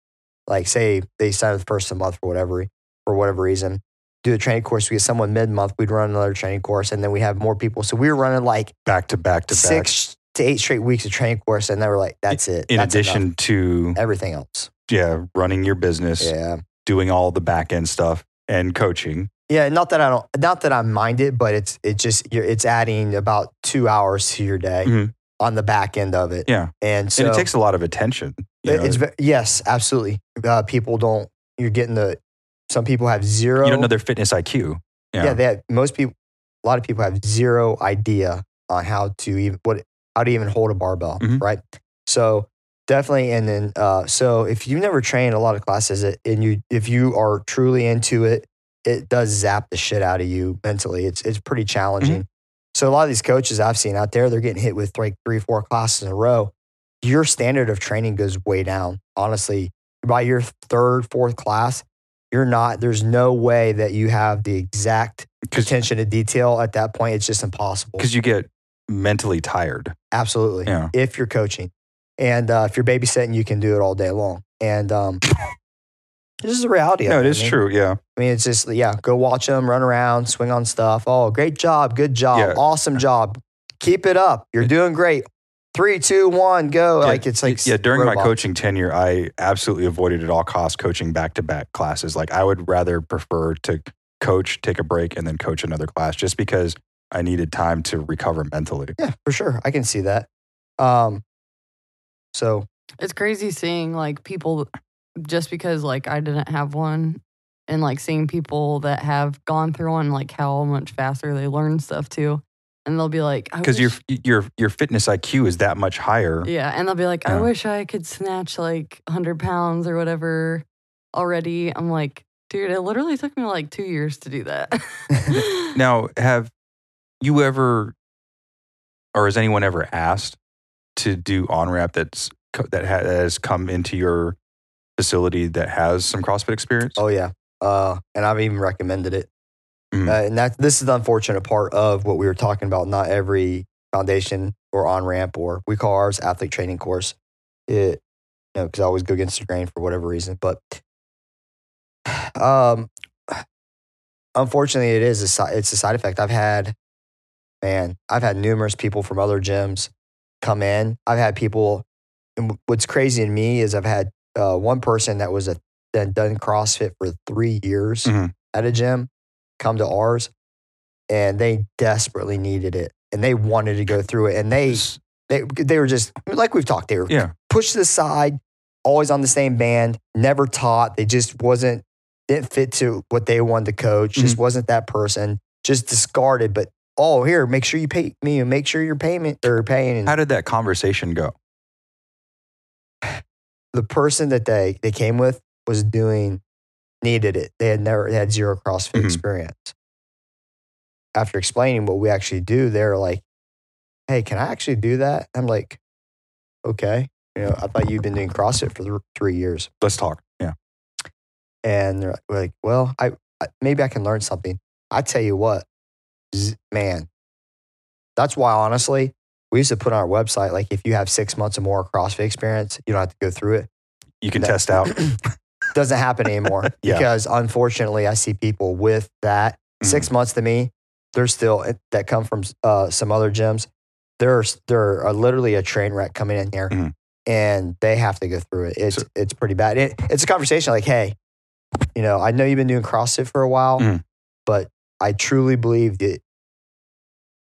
[SPEAKER 1] Like say they sign up the first of the month for whatever for whatever reason. Do a training course. We get someone mid month. We'd run another training course, and then we have more people. So we were running like
[SPEAKER 2] Back to back to back.
[SPEAKER 1] six to eight straight weeks of training course, and then we're like, "That's it."
[SPEAKER 2] In
[SPEAKER 1] That's
[SPEAKER 2] addition
[SPEAKER 1] enough.
[SPEAKER 2] to
[SPEAKER 1] everything else,
[SPEAKER 2] yeah, running your business,
[SPEAKER 1] yeah,
[SPEAKER 2] doing all the back end stuff, and coaching.
[SPEAKER 1] yeah. Not that I don't, not that I mind it, but it's it just you're, it's adding about two hours to your day
[SPEAKER 2] Mhm.
[SPEAKER 1] on the back end of it,
[SPEAKER 2] Yeah,
[SPEAKER 1] and so
[SPEAKER 2] and it takes a lot of attention. You,
[SPEAKER 1] It-
[SPEAKER 2] know,
[SPEAKER 1] it's ve- yes, absolutely. Uh, people don't. You're getting the. Some people have zero.
[SPEAKER 2] you don't know their fitness IQ.
[SPEAKER 1] yeah. they have, most people. A lot of people have zero idea on uh, how to even what how to even hold a barbell,
[SPEAKER 2] Mhm.
[SPEAKER 1] right? So definitely, and then uh, so if you've never trained a lot of classes it- and you if you are truly into it, it does zap the shit out of you mentally. It's it's pretty challenging. So a lot of these coaches I've seen out there, they're getting hit with like three, four classes in a row. Your standard of training goes way down. Honestly, by your third, fourth class, you're not. There's no way that you have the exact
[SPEAKER 2] because
[SPEAKER 1] attention to detail at that point. It's just impossible.
[SPEAKER 2] you get mentally tired.
[SPEAKER 1] Absolutely.
[SPEAKER 2] Yeah.
[SPEAKER 1] If you're coaching and uh, if you're babysitting, you can do it all day long. And um, this is the reality. of
[SPEAKER 2] no, it
[SPEAKER 1] I
[SPEAKER 2] is
[SPEAKER 1] mean.
[SPEAKER 2] true. Yeah,
[SPEAKER 1] I mean, it's just, yeah, go watch them, run around, swing on stuff. Oh, great job. Good job.
[SPEAKER 2] Yeah.
[SPEAKER 1] Awesome job. Keep it up. You're doing great. Three, two, one, go.
[SPEAKER 2] Yeah,
[SPEAKER 1] like it's like,
[SPEAKER 2] yeah during my
[SPEAKER 1] robots.
[SPEAKER 2] coaching tenure i absolutely avoided at all costs coaching back-to-back classes like i would rather prefer to coach take a break and then coach another class just because i needed time to recover mentally
[SPEAKER 1] Yeah, for sure. I can see that. Um, so
[SPEAKER 3] It's crazy seeing like people just because like I didn't have one and like seeing people that have gone through one, like how much faster they learn stuff too. and they'll be like, I
[SPEAKER 2] because your
[SPEAKER 3] wish-
[SPEAKER 2] your your fitness IQ is that much higher.
[SPEAKER 3] yeah, and they'll be like, I
[SPEAKER 2] Yeah.
[SPEAKER 3] wish I could snatch like 100 pounds or whatever already. I'm like, dude, it literally took me like two years to do that.
[SPEAKER 2] Now, have you ever, or has anyone ever asked to do on ramp that's co- that ha- has come into your facility that has some CrossFit experience?
[SPEAKER 1] Oh yeah, uh, and I've even recommended it.
[SPEAKER 2] Mm.
[SPEAKER 1] Uh, and that this is the unfortunate part of what we were talking about. Not every foundation or on ramp or we call ours athlete training course. It, you know, because I always go against the grain for whatever reason. But, um, unfortunately, it is a si- it's a side effect. I've had, man, I've had numerous people from other gyms come in. I've had people, and what's crazy in me is I've had uh, one person that was a that done CrossFit for three years
[SPEAKER 2] Mhm.
[SPEAKER 1] at a gym, come to ours, and they desperately needed it, and they wanted to go through it, and they
[SPEAKER 2] S-
[SPEAKER 1] they they were just like we've talked, they were
[SPEAKER 2] Yeah.
[SPEAKER 1] pushed to the side, always on the same band, never taught. They just wasn't didn't fit to what they wanted to coach. Just wasn't that person. Just discarded. But oh, here, make sure you pay me and make sure your payment or paying. And
[SPEAKER 2] How did that conversation go?
[SPEAKER 1] the person that they they came with was doing needed it. They had never they had zero CrossFit
[SPEAKER 2] Mhm.
[SPEAKER 1] experience. After explaining what we actually do, they're like, "Hey, can I actually do that?" I'm like, "Okay." You know, I thought you've been doing CrossFit for th- three years.
[SPEAKER 2] Let's talk. Yeah.
[SPEAKER 1] and they're we're like, "Well, I, I maybe I can learn something." I tell you what, z- man, that's why honestly, we used to put on our website like if you have six months or more of CrossFit experience, you don't have to go through it.
[SPEAKER 2] You can
[SPEAKER 1] That-
[SPEAKER 2] test out.
[SPEAKER 1] Doesn't happen anymore
[SPEAKER 2] Yeah. Mm-hmm.
[SPEAKER 1] because unfortunately, I see people with that six months to me. They're still eh, that come from uh, some other gyms. They're they're uh, literally a train wreck coming in here,
[SPEAKER 2] Mhm.
[SPEAKER 1] and they have to go through it. It's
[SPEAKER 2] So-
[SPEAKER 1] it's pretty bad. It, it's a conversation like, hey, you know, I know you've been doing CrossFit for a while,
[SPEAKER 2] Mhm.
[SPEAKER 1] but I truly believe that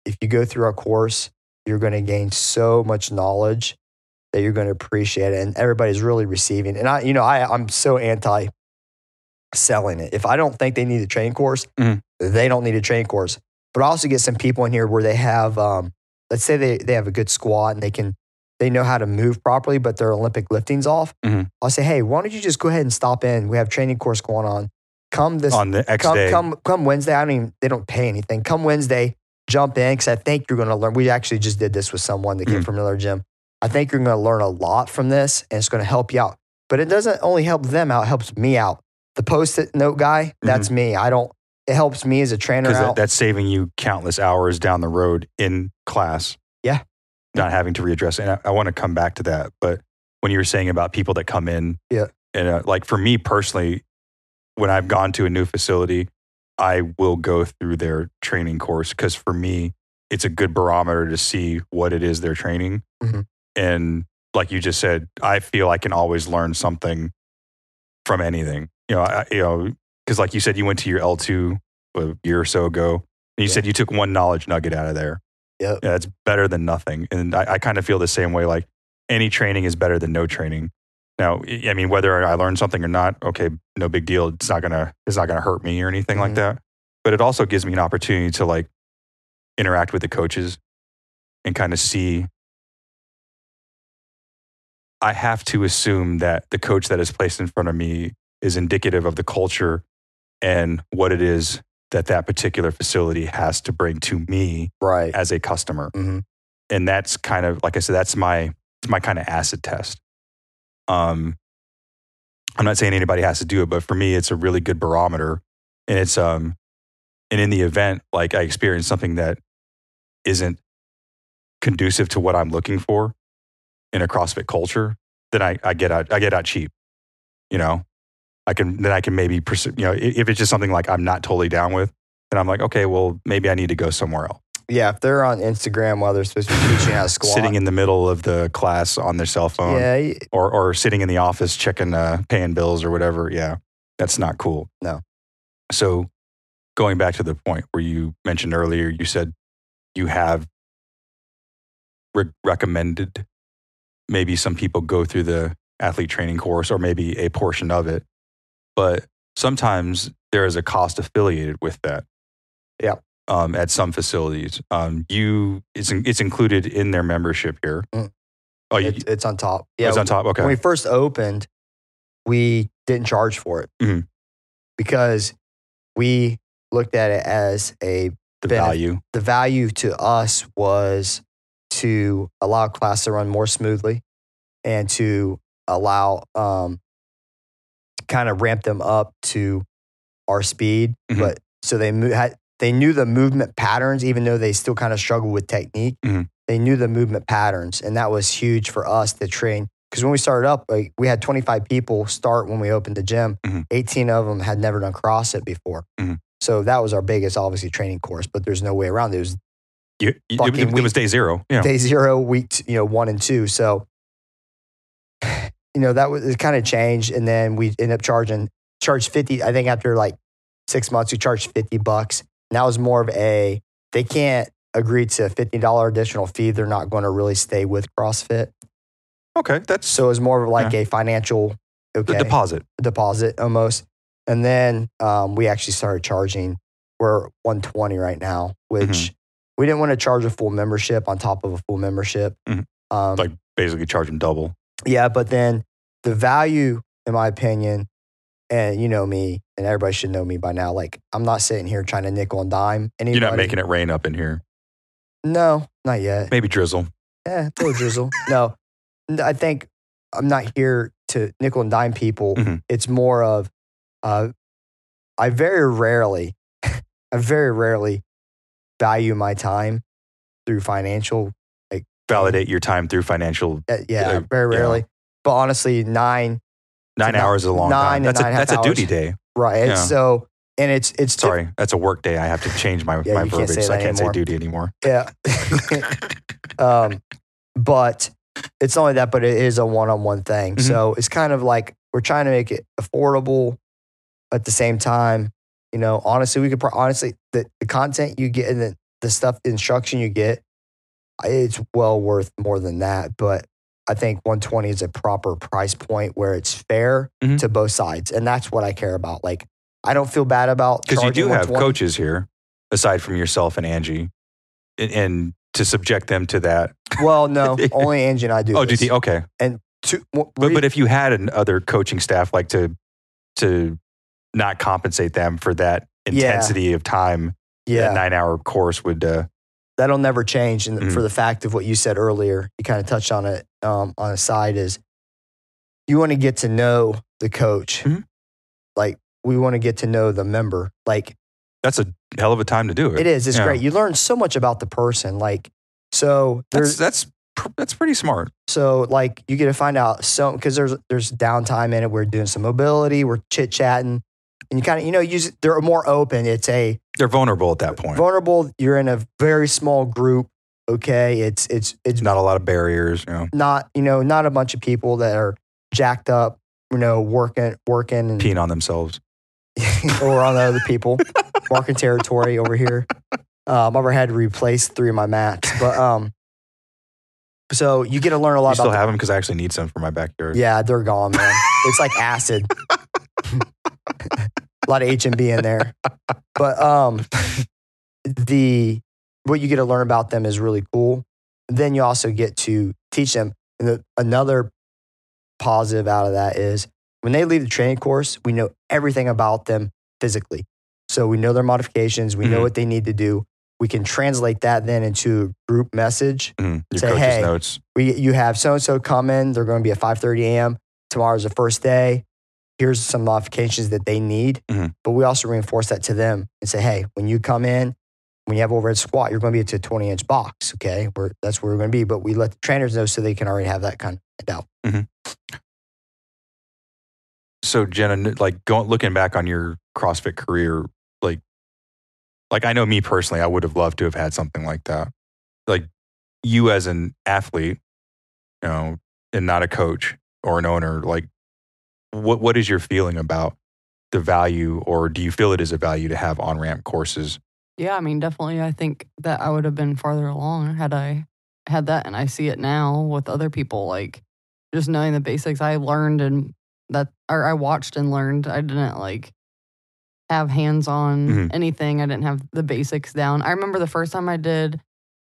[SPEAKER 1] if you go through our course, you're going to gain so much knowledge that you're going to appreciate it, and everybody's really receiving. And I, you know, I I'm so anti selling it. If I don't think they need a training course,
[SPEAKER 2] Mhm.
[SPEAKER 1] they don't need a training course. But I also get some people in here where they have, um, let's say they, they have a good squat and they can, they know how to move properly, but their Olympic lifting's off.
[SPEAKER 2] Mhm.
[SPEAKER 1] I'll say, hey, why don't you just go ahead and stop in? We have training course going on. Come this,
[SPEAKER 2] on the X
[SPEAKER 1] come,
[SPEAKER 2] day.
[SPEAKER 1] come, come Wednesday. I don't even, they don't pay anything. Come Wednesday, jump in because I think you're going to learn. We actually just did this with someone that came
[SPEAKER 2] Mhm.
[SPEAKER 1] from another gym. I think you're going to learn a lot from this and it's going to help you out. But it doesn't only help them out, it helps me out. The post it note guy, that's me. I don't, it helps me as a trainer
[SPEAKER 2] because
[SPEAKER 1] out.
[SPEAKER 2] Mm-hmm. that, that's saving you countless hours down the road in class.
[SPEAKER 1] Yeah.
[SPEAKER 2] Not having to readdress. And I, I want to come back to that. But when you were saying about people that come in,
[SPEAKER 1] Yeah.
[SPEAKER 2] And uh, like for me personally, when I've gone to a new facility, I will go through their training course because for me, it's a good barometer to see what it is they're training.
[SPEAKER 1] Mhm.
[SPEAKER 2] And like you just said, I feel I can always learn something from anything. You know, I, you know, because like you said, you went to your L two a year or so ago, and you
[SPEAKER 1] Yeah.
[SPEAKER 2] said you took one knowledge nugget out of there.
[SPEAKER 1] Yep.
[SPEAKER 2] Yeah, that's better than nothing. And I, I kind of feel the same way. Like any training is better than no training. Now, I I mean, whether I learn something or not, okay, no big deal. It's not gonna, it's not gonna hurt me or anything like
[SPEAKER 1] Mhm.
[SPEAKER 2] that. But it also gives me an opportunity to like interact with the coaches and kind of see. I have to assume that the coach that is placed in front of me is indicative of the culture and what it is that that particular facility has to bring to me
[SPEAKER 1] right.
[SPEAKER 2] as a customer.
[SPEAKER 1] Mhm.
[SPEAKER 2] And that's kind of like I said, that's my it's my kind of acid test. Um, I'm not saying anybody has to do it, but for me, it's a really good barometer. And it's um, and in the event like I experience something that isn't conducive to what I'm looking for in a CrossFit culture, then I, I get out I get out cheap. You know, I can then I can maybe pursue. You know, i- if it's just something like I'm not totally down with, then I'm like, okay, well maybe I need to go somewhere else
[SPEAKER 1] Yeah. If they're on Instagram while they're supposed to be teaching how to squat.
[SPEAKER 2] sitting in the middle of the class on their cell phone
[SPEAKER 1] yeah. y-
[SPEAKER 2] or, or sitting in the office checking uh, paying bills or whatever. Yeah, that's not cool.
[SPEAKER 1] No.
[SPEAKER 2] So going back to the point where you mentioned earlier, you said you have re- recommended maybe some people go through the athlete training course or maybe a portion of it, but sometimes there is a cost affiliated with that.
[SPEAKER 1] Yeah.
[SPEAKER 2] um, at some facilities. Um, you it's in, it's included in their membership here.
[SPEAKER 1] Mm.
[SPEAKER 2] Oh, you,
[SPEAKER 1] It- it's on top. Yeah,
[SPEAKER 2] it's on top. Okay,
[SPEAKER 1] when we first opened, we didn't charge for it
[SPEAKER 2] Mhm.
[SPEAKER 1] because we looked at it as a
[SPEAKER 2] the
[SPEAKER 1] benef-
[SPEAKER 2] value.
[SPEAKER 1] the value to us was to allow class to run more smoothly and to allow um to kind of ramp them up to our speed
[SPEAKER 2] Mhm.
[SPEAKER 1] but so they mo- had they knew the movement patterns even though they still kind of struggled with technique
[SPEAKER 2] Mhm.
[SPEAKER 1] they knew the movement patterns and that was huge for us to train because when we started up like we had 25 people start when we opened the gym
[SPEAKER 2] Mhm.
[SPEAKER 1] 18 of them had never done crossfit before so that was our biggest, obviously, training course, but there's no way around it. It was
[SPEAKER 2] You, you- it,
[SPEAKER 1] fucking
[SPEAKER 2] it
[SPEAKER 1] weak.
[SPEAKER 2] was day zero. Yeah,
[SPEAKER 1] day zero, week, t- you know, one and two. So, you know, that was it kind of changed. And then we ended up charging, charged 50. I think after like six months, we charged 50 bucks. And that was more of a, they can't agree to a $50 additional fee. They're not going to really stay with CrossFit.
[SPEAKER 2] okay, that's
[SPEAKER 1] So it was more of like a financial,
[SPEAKER 2] the
[SPEAKER 1] okay.
[SPEAKER 2] deposit.
[SPEAKER 1] deposit almost. And then um, we actually started charging. We're 120 right now, which
[SPEAKER 2] Mm-hmm.
[SPEAKER 1] we didn't want to charge a full membership on top of a full membership.
[SPEAKER 2] Mhm.
[SPEAKER 1] Um,
[SPEAKER 2] Like- Basically, charging double.
[SPEAKER 1] yeah, but then the value, in my opinion, and you know me, and everybody should know me by now. Like I'm not sitting here trying to nickel and dime anybody.
[SPEAKER 2] You're not making it rain up in here.
[SPEAKER 1] No, not yet.
[SPEAKER 2] Maybe drizzle.
[SPEAKER 1] Yeah, Eh, a little drizzle. No, N- I think I'm not here to nickel and dime people.
[SPEAKER 2] Mhm.
[SPEAKER 1] It's more of uh, I very rarely, I very rarely value my time through financial.
[SPEAKER 2] Validate your time through financial.
[SPEAKER 1] Uh, yeah,
[SPEAKER 2] Yeah,
[SPEAKER 1] very
[SPEAKER 2] yeah.
[SPEAKER 1] rarely. But honestly, nine
[SPEAKER 2] Nine
[SPEAKER 1] nine-
[SPEAKER 2] hours is a long
[SPEAKER 1] nine
[SPEAKER 2] time.
[SPEAKER 1] and
[SPEAKER 2] That's a
[SPEAKER 1] nine and a
[SPEAKER 2] that's
[SPEAKER 1] half
[SPEAKER 2] a duty
[SPEAKER 1] hours.
[SPEAKER 2] day.
[SPEAKER 1] right?
[SPEAKER 2] Yeah.
[SPEAKER 1] So and it's it's diff-
[SPEAKER 2] Sorry, that's a work day. I have to change my
[SPEAKER 1] Yeah,
[SPEAKER 2] my
[SPEAKER 1] you can't
[SPEAKER 2] verbiage.
[SPEAKER 1] say
[SPEAKER 2] so I
[SPEAKER 1] that
[SPEAKER 2] can't
[SPEAKER 1] anymore.
[SPEAKER 2] say duty anymore.
[SPEAKER 1] yeah. um, but it's not only that, but it is a one-on-one thing.
[SPEAKER 2] Mhm.
[SPEAKER 1] So it's kind of like we're trying to make it affordable at the same time. You know, honestly, we could pro- honestly the, the content you get and the, the stuff, the instruction you get, I- it's well worth more than that. But I think 120 is a proper price point where it's fair
[SPEAKER 2] Mhm.
[SPEAKER 1] to both sides, and that's what I care about. Like, I don't feel bad about
[SPEAKER 2] because you
[SPEAKER 1] charging
[SPEAKER 2] do have
[SPEAKER 1] 120.
[SPEAKER 2] coaches here aside from yourself and Angie, and, and to subject them to that.
[SPEAKER 1] Well, no, only Angie and I do.
[SPEAKER 2] oh, do you
[SPEAKER 1] this.
[SPEAKER 2] think? Okay,
[SPEAKER 1] Two- w-
[SPEAKER 2] but
[SPEAKER 1] re-
[SPEAKER 2] but if you had another coaching staff, like to to not compensate them for that
[SPEAKER 1] Yeah.
[SPEAKER 2] intensity of time,
[SPEAKER 1] yeah,
[SPEAKER 2] that nine hour course would. Uh,
[SPEAKER 1] that'll never change. And
[SPEAKER 2] Mhm.
[SPEAKER 1] for the fact of what you said earlier, you kind of touched on it um, on a side is you want to get to know the coach.
[SPEAKER 2] Mhm.
[SPEAKER 1] Like we want to get to know the member. Like
[SPEAKER 2] that's a hell of a time to do it.
[SPEAKER 1] it is, it's
[SPEAKER 2] Yeah.
[SPEAKER 1] great. You learn so much about the person. Like so,
[SPEAKER 2] That's
[SPEAKER 1] there's
[SPEAKER 2] that's pr- that's pretty smart.
[SPEAKER 1] so like you get to find out so because there's there's downtime in it. We're doing some mobility. We're chit chatting. And you kind of, you know, use they're more open. It's a
[SPEAKER 2] They're vulnerable at that point.
[SPEAKER 1] vulnerable. You're in a very small group. Okay, it's it's it's
[SPEAKER 2] Not a lot of barriers. You know,
[SPEAKER 1] not you know not a bunch of people that are jacked up you know working working and,
[SPEAKER 2] peeing on themselves.
[SPEAKER 1] or on the other people marking territory over here um, i've ever had to replace three of my mats but um so you get to learn a lot
[SPEAKER 2] You still
[SPEAKER 1] about
[SPEAKER 2] have them because I actually need some for my backyard.
[SPEAKER 1] yeah they're gone man it's like acid a lot of h and b in there but um the what you get to learn about them is really cool then you also get to teach them. And the, another positive out of that is when they leave the training course, we know everything about them physically. So we know their modifications, we know
[SPEAKER 2] Mhm.
[SPEAKER 1] what they need to do. We can translate that then into a group message.
[SPEAKER 2] Mhm. Your
[SPEAKER 1] Say,
[SPEAKER 2] coach's
[SPEAKER 1] "Hey,
[SPEAKER 2] notes.
[SPEAKER 1] We you have so and so come in. They're going to be at five thirty a.m. Tomorrow's the first day. Here's some modifications that they need.
[SPEAKER 2] Mhm.
[SPEAKER 1] But we also reinforce that to them and say, hey, when you come in, when you have overhead squat, you're going to be at a 20 inch box. Okay, we're, that's where we're going to be. But we let the trainers know so they can already have that kind of doubt.
[SPEAKER 2] so Jenna, like going looking back on your CrossFit career, like, like I know me personally, I would have loved to have had something like that. Like you as an athlete, you know, and not a coach or an owner, like, what what is your feeling about the value, or do you feel it is a value to have on ramp courses?
[SPEAKER 3] Yeah, I mean, definitely. I think that I would have been farther along had I had that, and I see it now with other people. Like just knowing the basics, I learned and that, or I watched and learned. I didn't like have hands on
[SPEAKER 2] Mhm.
[SPEAKER 3] anything. I didn't have the basics down. I remember the first time I did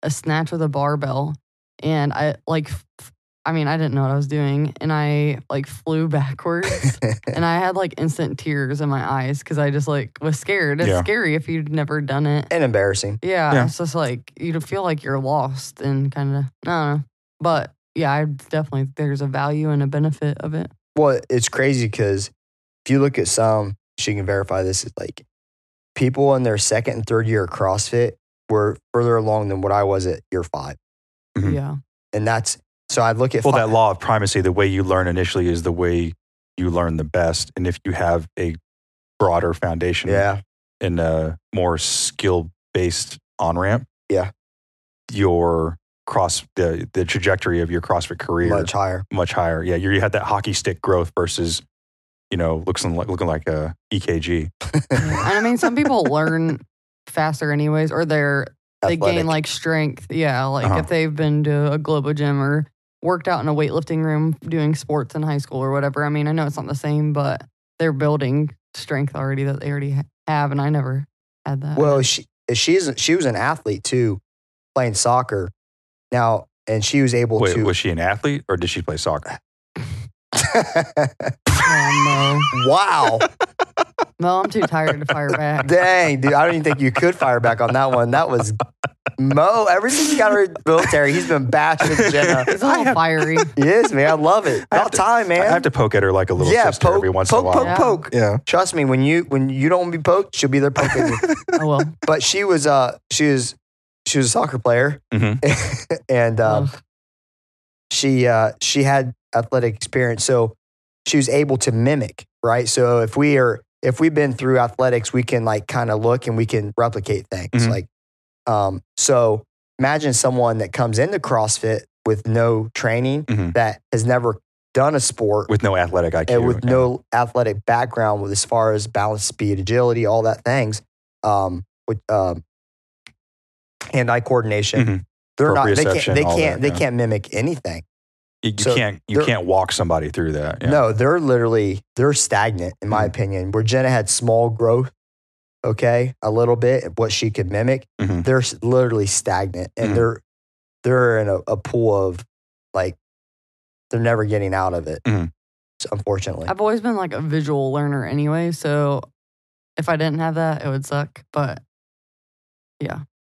[SPEAKER 3] a snatch with a barbell, and I like, f- I mean, I didn't know what I was doing, and I like flew backwards, and I had like instant tears in my eyes because I just like was scared. It's
[SPEAKER 2] Yeah.
[SPEAKER 3] scary if you'd never done it.
[SPEAKER 1] and embarrassing.
[SPEAKER 3] Yeah,
[SPEAKER 2] Yeah.
[SPEAKER 3] it's just like you feel like you're lost and kind of I don't know, but yeah, I definitely there's a value and a benefit of it.
[SPEAKER 1] Well, it's crazy because if you look at some, she can verify this is like people in their second and third year of CrossFit were further along than what I was at year five.
[SPEAKER 2] Mhm.
[SPEAKER 3] Yeah,
[SPEAKER 1] And that's so I look at
[SPEAKER 2] Well,
[SPEAKER 1] fi-
[SPEAKER 2] that law of primacy, the way you learn initially is the way you learn the best. And if you have a broader foundation
[SPEAKER 1] Yeah.
[SPEAKER 2] and a more skill based on ramp,
[SPEAKER 1] Yeah.
[SPEAKER 2] your cross, the, the trajectory of your CrossFit career
[SPEAKER 1] Much higher.
[SPEAKER 2] much higher. Yeah, you you had that hockey stick growth versus, you know, looks like looking like a E EKG.
[SPEAKER 3] and I mean some people learn faster anyways, or they're they gain
[SPEAKER 1] Athletic.
[SPEAKER 3] like strength. Yeah, like
[SPEAKER 2] Uh-huh.
[SPEAKER 3] if they've been to a Globo gym or worked out in a weightlifting room doing sports in high school or whatever. I mean, I know it's not the same, but they're building strength already that they already ha- have, and I never had that.
[SPEAKER 1] Well, she she's she was an athlete too, playing soccer. Now, and she was able
[SPEAKER 2] Wait,
[SPEAKER 1] to.
[SPEAKER 2] was she an athlete or did she play soccer?
[SPEAKER 3] Oh,
[SPEAKER 1] wow,
[SPEAKER 3] no, no, I'm too tired to fire back.
[SPEAKER 1] dang, dude! I don't even think you could fire back on that one. That was Mo. Ever since he got out of the military, he's been bashing Jenna.
[SPEAKER 3] It's a little fiery.
[SPEAKER 1] Yes, man, I love it.
[SPEAKER 2] I have
[SPEAKER 1] About
[SPEAKER 2] to-
[SPEAKER 1] time, man.
[SPEAKER 2] I have to poke at her like a little
[SPEAKER 1] yeah,
[SPEAKER 2] sister
[SPEAKER 1] poke,
[SPEAKER 2] every once
[SPEAKER 1] poke,
[SPEAKER 2] in a while.
[SPEAKER 1] poke, poke.
[SPEAKER 2] Yeah.
[SPEAKER 1] Trust me, when you when you don't want to be poked, she'll be there poking you.
[SPEAKER 3] I will.
[SPEAKER 1] But she was uh she was she was a soccer player, and um,
[SPEAKER 3] Ugh.
[SPEAKER 1] she uh, she had athletic experience, so she was able to mimic, right? So if we are if we've been through athletics, we can like kind of look and we can replicate things.
[SPEAKER 2] Mhm.
[SPEAKER 1] Like, um, so imagine someone that comes into CrossFit with no training
[SPEAKER 2] Mhm.
[SPEAKER 1] that has never done a sport
[SPEAKER 2] With no athletic IQ.
[SPEAKER 1] and with
[SPEAKER 2] yeah.
[SPEAKER 1] no athletic background with as far as balance, speed, agility, all that things, um, with um, hand-eye coordination.
[SPEAKER 2] Mhm.
[SPEAKER 1] They're not. They can't.
[SPEAKER 2] Proprioception,
[SPEAKER 1] They
[SPEAKER 2] all
[SPEAKER 1] can't.
[SPEAKER 2] that,
[SPEAKER 1] they
[SPEAKER 2] yeah.
[SPEAKER 1] can't mimic anything.
[SPEAKER 2] You, you
[SPEAKER 1] So
[SPEAKER 2] can't you
[SPEAKER 1] there-
[SPEAKER 2] can't walk somebody through that. Yeah.
[SPEAKER 1] No, they're literally they're stagnant in my
[SPEAKER 2] Mhm.
[SPEAKER 1] opinion. Where Jenna had small growth, okay, a little bit of what she could mimic.
[SPEAKER 2] Mhm.
[SPEAKER 1] They're s- literally stagnant, and
[SPEAKER 2] Mhm.
[SPEAKER 1] they're they're in a, a pool of like they're never getting out of it.
[SPEAKER 2] Mhm.
[SPEAKER 1] So, unfortunately,
[SPEAKER 3] I've always been like a visual learner anyway, so if I didn't have that, it would suck. But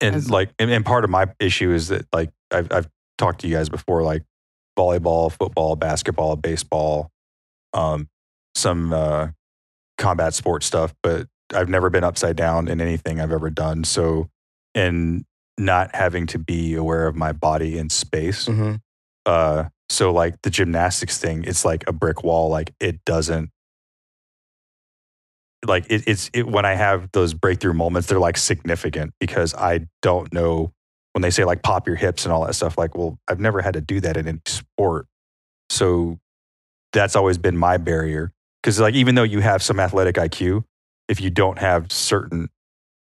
[SPEAKER 2] and
[SPEAKER 3] As-
[SPEAKER 2] like and, and part of my issue is that like I've I've talked to you guys before like volleyball, football, basketball, baseball, um, some uh, combat sports stuff, but I've never been upside down in anything I've ever done. So and not having to be aware of my body in space.
[SPEAKER 1] Mhm.
[SPEAKER 2] Uh, so like the gymnastics thing, it's like a brick wall. Like it doesn't. Like it, it's it, when I have those breakthrough moments, they're like significant because I don't know when they say like pop your hips and all that stuff. Like, well, I've never had to do that in any sport, so that's always been my barrier. Because like even though you have some athletic IQ, if you don't have certain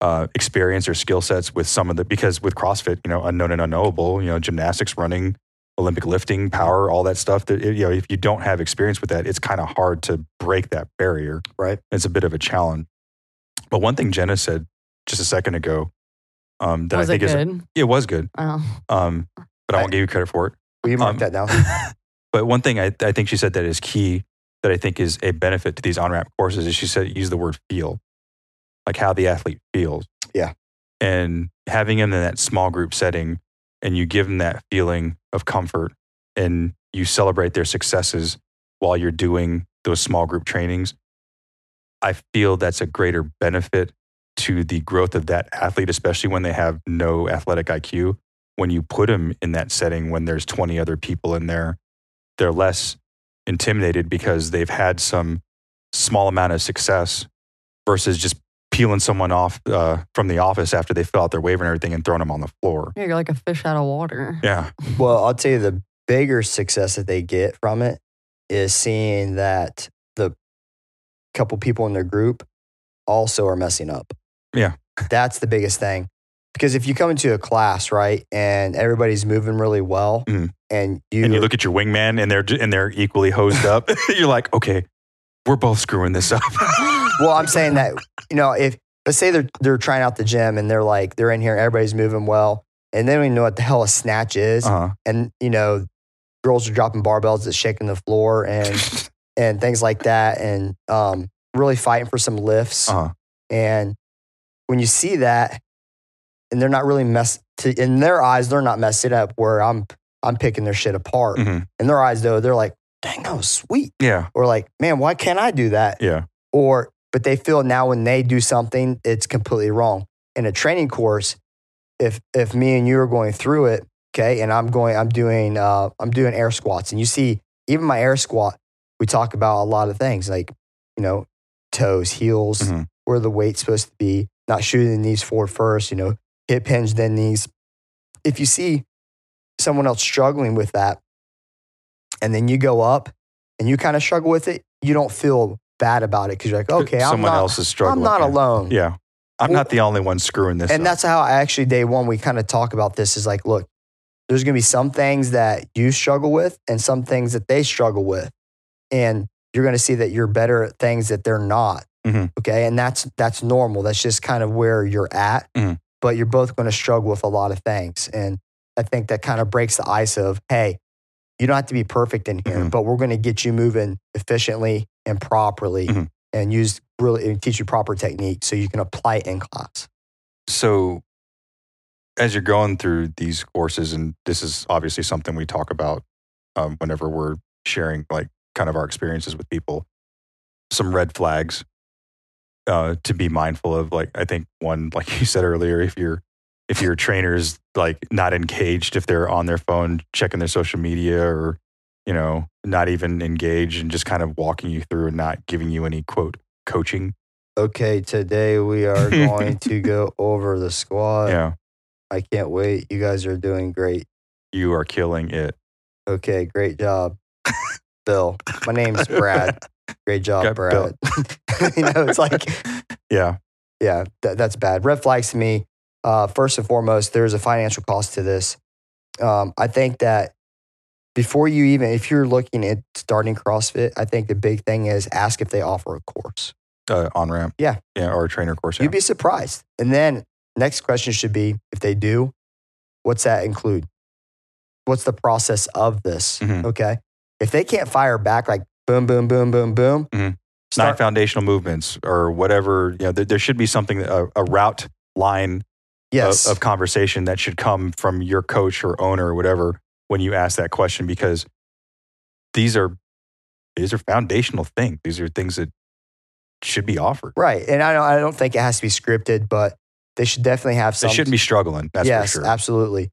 [SPEAKER 2] uh, experience or skill sets with some of the because with CrossFit, you know, unknown and unknowable, you know, gymnastics, running, Olympic lifting, power, all that stuff. That you know, if you don't have experience with that, it's kind of hard to break that barrier.
[SPEAKER 1] Right.
[SPEAKER 2] It's a bit of a challenge. But one thing Jenna said just a second ago um, that
[SPEAKER 3] was
[SPEAKER 2] I think
[SPEAKER 3] it
[SPEAKER 2] is
[SPEAKER 3] good?
[SPEAKER 2] it was good.
[SPEAKER 3] Oh,
[SPEAKER 2] Um, but I, won't give you credit for it.
[SPEAKER 1] will you mark
[SPEAKER 2] Um,
[SPEAKER 1] that down?
[SPEAKER 2] But one thing I, I think she said that is key that I think is a benefit to these on ramp courses is she said use the word feel, like how the athlete feels.
[SPEAKER 1] Yeah.
[SPEAKER 2] And having them in that small group setting and you give them that feeling of comfort and you celebrate their successes while you're doing those small group trainings, I feel that's a greater benefit to the growth of that athlete, especially when they have no athletic IQ. When you put them in that setting, when there's 20 other people in there, they're less intimidated because they've had some small amount of success versus just peeling someone off uh, from the office after they fill out their waiver and everything and throwing them on the floor.
[SPEAKER 3] yeah, you're like a fish out of water.
[SPEAKER 2] Yeah.
[SPEAKER 1] Well, I'll tell you the bigger success that they get from it is seeing that the couple people in their group also are messing up.
[SPEAKER 2] Yeah.
[SPEAKER 1] That's the biggest thing. Because if you come into a class, right, and everybody's moving really well
[SPEAKER 2] Mhm.
[SPEAKER 1] and you,
[SPEAKER 2] and you look at your wingman and they're and they're equally hosed up. Uh-huh, You're like, okay, we're both screwing this up.
[SPEAKER 1] Well, I'm saying that you know if let's say they're they're trying out the gym and they're like they're in here, everybody's moving well, and they don't even know what the hell a snatch is,
[SPEAKER 2] Uh-huh.
[SPEAKER 1] and you know girls are dropping barbells that's shaking the floor and and things like that, and um, really fighting for some lifts.
[SPEAKER 2] Uh-huh.
[SPEAKER 1] And when you see that, and they're not really mess to, in their eyes, they're not messing up. Where I'm I'm picking their shit apart.
[SPEAKER 2] Mhm.
[SPEAKER 1] In their eyes, though, they're like, "Dang, that was sweet."
[SPEAKER 2] Yeah.
[SPEAKER 1] Or like, "Man, why can't I do that?"
[SPEAKER 2] Yeah.
[SPEAKER 1] or but they feel now when they do something it's completely wrong in a training course if if me and you are going through it okay and i'm going i'm doing uh i'm doing air squats and you see even my air squat we talk about a lot of things like you know toes heels
[SPEAKER 2] Mhm.
[SPEAKER 1] where the weight's supposed to be not shooting the knees forward first you know hip hinge then knees if you see someone else struggling with that and then you go up and you kind of struggle with it you don't feel bad about it because you're like okay i'm
[SPEAKER 2] Someone
[SPEAKER 1] not,
[SPEAKER 2] else is
[SPEAKER 1] I'm
[SPEAKER 2] struggling.
[SPEAKER 1] not alone
[SPEAKER 2] Yeah. I'm
[SPEAKER 1] Well-
[SPEAKER 2] not the only one screwing this
[SPEAKER 1] and
[SPEAKER 2] up.
[SPEAKER 1] that's how I actually day one we kind of talk about this is like, look, there's gonna be some things that you struggle with and some things that they struggle with. And you're gonna see that you're better at things that they're not.
[SPEAKER 2] Mhm.
[SPEAKER 1] Okay. And that's that's normal. That's just kind of where you're at.
[SPEAKER 2] Mhm.
[SPEAKER 1] But you're both gonna struggle with a lot of things. And I think that kind of breaks the ice of, hey, you don't have to be perfect in here,
[SPEAKER 2] Mhm.
[SPEAKER 1] but we're gonna get you moving efficiently and properly
[SPEAKER 2] Mhm.
[SPEAKER 1] and use really and teach you proper technique so you can apply it in class.
[SPEAKER 2] so as you're going through these courses and this is obviously something we talk about um, whenever we're sharing like kind of our experiences with people some red flags uh, to be mindful of like i think one like you said earlier if your if your trainer is like not engaged if they're on their phone checking their social media or you know not even engaged and just kind of walking you through and not giving you any quote coaching
[SPEAKER 1] Okay, today we are going to go over the squad.
[SPEAKER 2] yeah
[SPEAKER 1] I can't wait. You guys are doing great.
[SPEAKER 2] you are killing it
[SPEAKER 1] Okay, great job, Bill. My name's Brad. Great job,
[SPEAKER 2] Got Bill.
[SPEAKER 1] Brad. you know, it's like,
[SPEAKER 2] yeah
[SPEAKER 1] yeah, that, that's bad. Red flags to me. Uh, first and foremost, there's a financial cost to this. Um, I think that before you even, if you're looking at starting CrossFit, I think the big thing is ask if they offer a course.
[SPEAKER 2] uh, on ramp.
[SPEAKER 1] Yeah.
[SPEAKER 2] Yeah. Or a trainer course. Yeah.
[SPEAKER 1] You'd be surprised. And then next question should be if they do, what's that include? What's the process of this?
[SPEAKER 2] Mhm.
[SPEAKER 1] Okay. If they can't fire back like boom, boom, boom, boom, boom,
[SPEAKER 2] Mhm. Nine
[SPEAKER 1] start,
[SPEAKER 2] foundational movements or whatever. You know, there, there should be something, a, a route line
[SPEAKER 1] yes,
[SPEAKER 2] of, of conversation that should come from your coach or owner or whatever when you ask that question because these are these are foundational things. These are things that should be offered.
[SPEAKER 1] right. And I don't, I don't think it has to be scripted, but they should definitely have
[SPEAKER 2] They
[SPEAKER 1] some.
[SPEAKER 2] shouldn't be struggling. That's
[SPEAKER 1] yes,
[SPEAKER 2] for sure.
[SPEAKER 1] absolutely.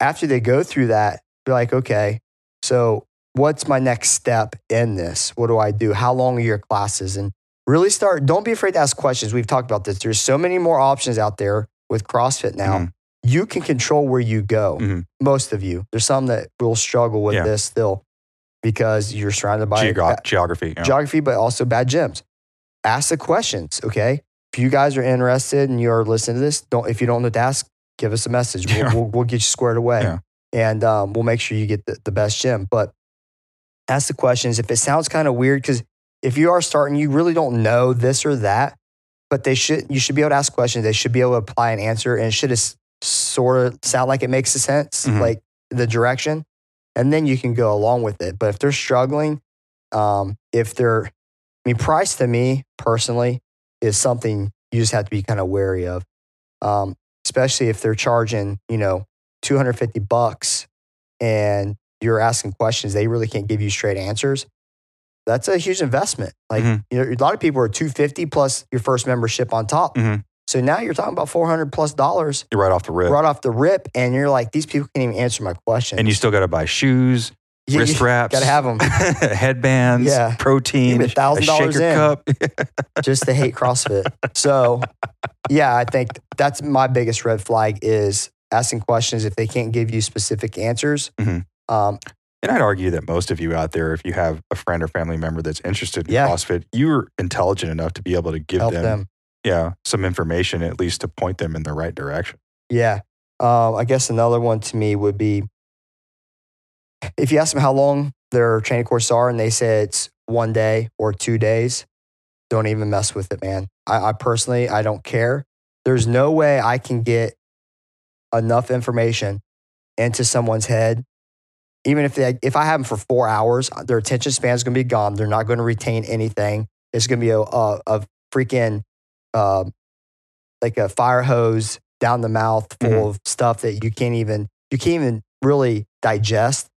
[SPEAKER 1] After they go through that, they're like, okay, so what's my next step in this? What do I do? How long are your classes? And really start, don't be afraid to ask questions. We've talked about this. There's so many more options out there with CrossFit now.
[SPEAKER 2] Mhm.
[SPEAKER 1] You can control where you go,
[SPEAKER 2] Mhm.
[SPEAKER 1] most of you. There's some that will struggle with
[SPEAKER 2] Yeah.
[SPEAKER 1] this still because you're surrounded by
[SPEAKER 2] Geogra- geography. yeah.
[SPEAKER 1] geography, but also bad gyms. Ask the questions, okay? If you guys are interested and you're listening to this, don't if you don't know what to ask, give us a message. We'll,
[SPEAKER 2] Yeah.
[SPEAKER 1] we'll, we'll get you squared away,
[SPEAKER 2] Yeah.
[SPEAKER 1] and um, we'll make sure you get the, the best gym. But ask the questions. If it sounds kind of weird, because if you are starting, you really don't know this or that, but they should you should be able to ask questions. They should be able to apply an answer, and it should sort of sound like it makes a sense,
[SPEAKER 2] Mhm.
[SPEAKER 1] like the direction, and then you can go along with it. But if they're struggling, um, if they're, I mean, price to me personally is something you just have to be kind of wary of, um, especially if they're charging, you know, 250 bucks and you're asking questions, they really can't give you straight answers. That's a huge investment. Like,
[SPEAKER 2] Mhm.
[SPEAKER 1] you know, a lot of people are 250 plus your first membership on top.
[SPEAKER 2] Mhm.
[SPEAKER 1] So now you're talking about 400 plus dollars
[SPEAKER 2] You're right off the rip.
[SPEAKER 1] right off the rip. And you're like, these people can't even answer my question.
[SPEAKER 2] And you still got to buy shoes,
[SPEAKER 1] you,
[SPEAKER 2] wrist wraps.
[SPEAKER 1] got to have them.
[SPEAKER 2] headbands,
[SPEAKER 1] Yeah.
[SPEAKER 2] protein,
[SPEAKER 1] Even $1,000
[SPEAKER 2] a shaker
[SPEAKER 1] in.
[SPEAKER 2] cup.
[SPEAKER 1] just to hate CrossFit. So, yeah, I think that's my biggest red flag is asking questions if they can't give you specific answers.
[SPEAKER 2] Mhm.
[SPEAKER 1] Um,
[SPEAKER 2] And I'd argue that most of you out there, if you have a friend or family member that's interested in
[SPEAKER 1] Yeah.
[SPEAKER 2] CrossFit, you're intelligent enough to be able to give
[SPEAKER 1] help
[SPEAKER 2] them,
[SPEAKER 1] them.
[SPEAKER 2] yeah, some information at least to point them in the right direction.
[SPEAKER 1] Yeah. Um, I guess another one to me would be if you ask them how long their training course are and they say it's one day or two days, Don't even mess with it, man. I, I personally, I don't care. There's no way I can get enough information into someone's head. Even if they, if I have them for four hours, uh, their attention span is going to be gone. They're not going to retain anything. It's going to be a, a, a freaking, uh, like a fire hose down the mouth full
[SPEAKER 2] Mhm.
[SPEAKER 1] of stuff that you can't even, you can't even really digest.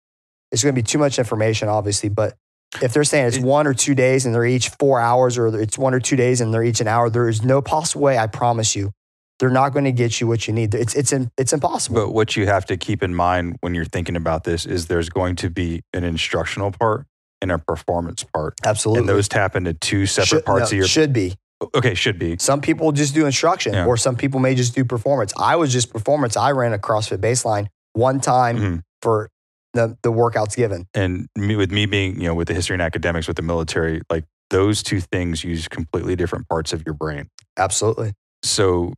[SPEAKER 1] It's going to be too much information, obviously, but if they're saying it's
[SPEAKER 2] It-
[SPEAKER 1] one or two days and they're each four hours or it's one or two days and they're each an hour, there is no possible way, I promise you, they're not going to get you what you need. It's, it's, in- it's impossible.
[SPEAKER 2] But what you have to keep in mind when you're thinking about this is there's going to be an instructional part and a performance part.
[SPEAKER 1] Absolutely.
[SPEAKER 2] And those tap into two separate
[SPEAKER 1] should,
[SPEAKER 2] parts
[SPEAKER 1] no,
[SPEAKER 2] of your. Oh,
[SPEAKER 1] should be.
[SPEAKER 2] okay, should be.
[SPEAKER 1] Some people just do instruction
[SPEAKER 2] Yeah.
[SPEAKER 1] or some people may just do performance. I was just performance. I ran a CrossFit baseline one time
[SPEAKER 2] Mhm.
[SPEAKER 1] for the, the workouts given.
[SPEAKER 2] And me, with me being, you know, with the history and academics, with the military, like those two things use completely different parts of your brain.
[SPEAKER 1] Absolutely.
[SPEAKER 2] So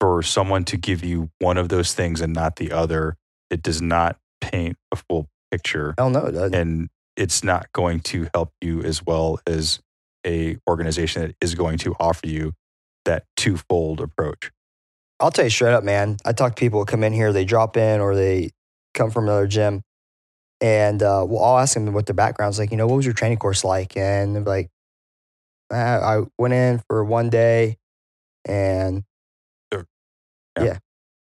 [SPEAKER 2] for someone to give you one of those things and not the other, it does not paint a full picture.
[SPEAKER 1] Hell no, it doesn't.
[SPEAKER 2] and it's not going to help you as well as a organization that is going to offer you that twofold approach.
[SPEAKER 1] I'll tell you straight up, man. I talk to people who come in here, they drop in or they come from another gym, and uh, well, I'll ask them what their background's like. You know, what was your training course like? And they're like, "Ah, I went in for one day, and
[SPEAKER 2] Sure.
[SPEAKER 1] yeah.
[SPEAKER 2] Yeah.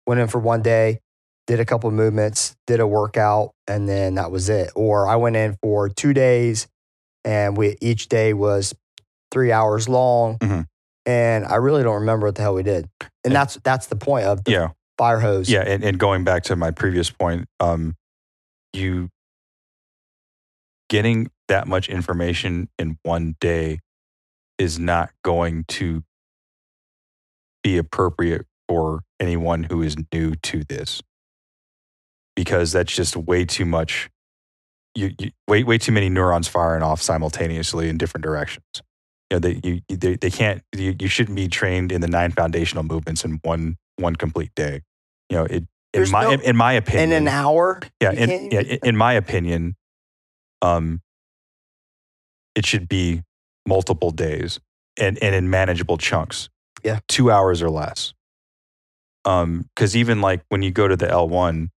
[SPEAKER 1] went in for one day, did a couple of movements, did a workout, and then that was it. Or I went in for two days, and we each day was three hours long.
[SPEAKER 2] Mhm.
[SPEAKER 1] And I really don't remember what the hell we did, and
[SPEAKER 2] Yeah.
[SPEAKER 1] that's that's the point of the
[SPEAKER 2] Yeah.
[SPEAKER 1] fire hose.
[SPEAKER 2] Yeah. And, and going back to my previous point, um, you getting that much information in one day is not going to be appropriate for anyone who is new to this because that's just way too much you, you way way too many neurons firing off simultaneously in different directions you know they you you- they, they can't you, you shouldn't be trained in the nine foundational movements in one one complete day you know it in
[SPEAKER 1] There's
[SPEAKER 2] my
[SPEAKER 1] no-
[SPEAKER 2] in my opinion
[SPEAKER 1] in an hour.
[SPEAKER 2] yeah,
[SPEAKER 1] You
[SPEAKER 2] in,
[SPEAKER 1] can't
[SPEAKER 2] yeah,
[SPEAKER 1] even-
[SPEAKER 2] in in my opinion, um, it should be multiple days and, and in manageable chunks.
[SPEAKER 1] Yeah.
[SPEAKER 2] Two hours or less. Um, because even like when you go to the L1,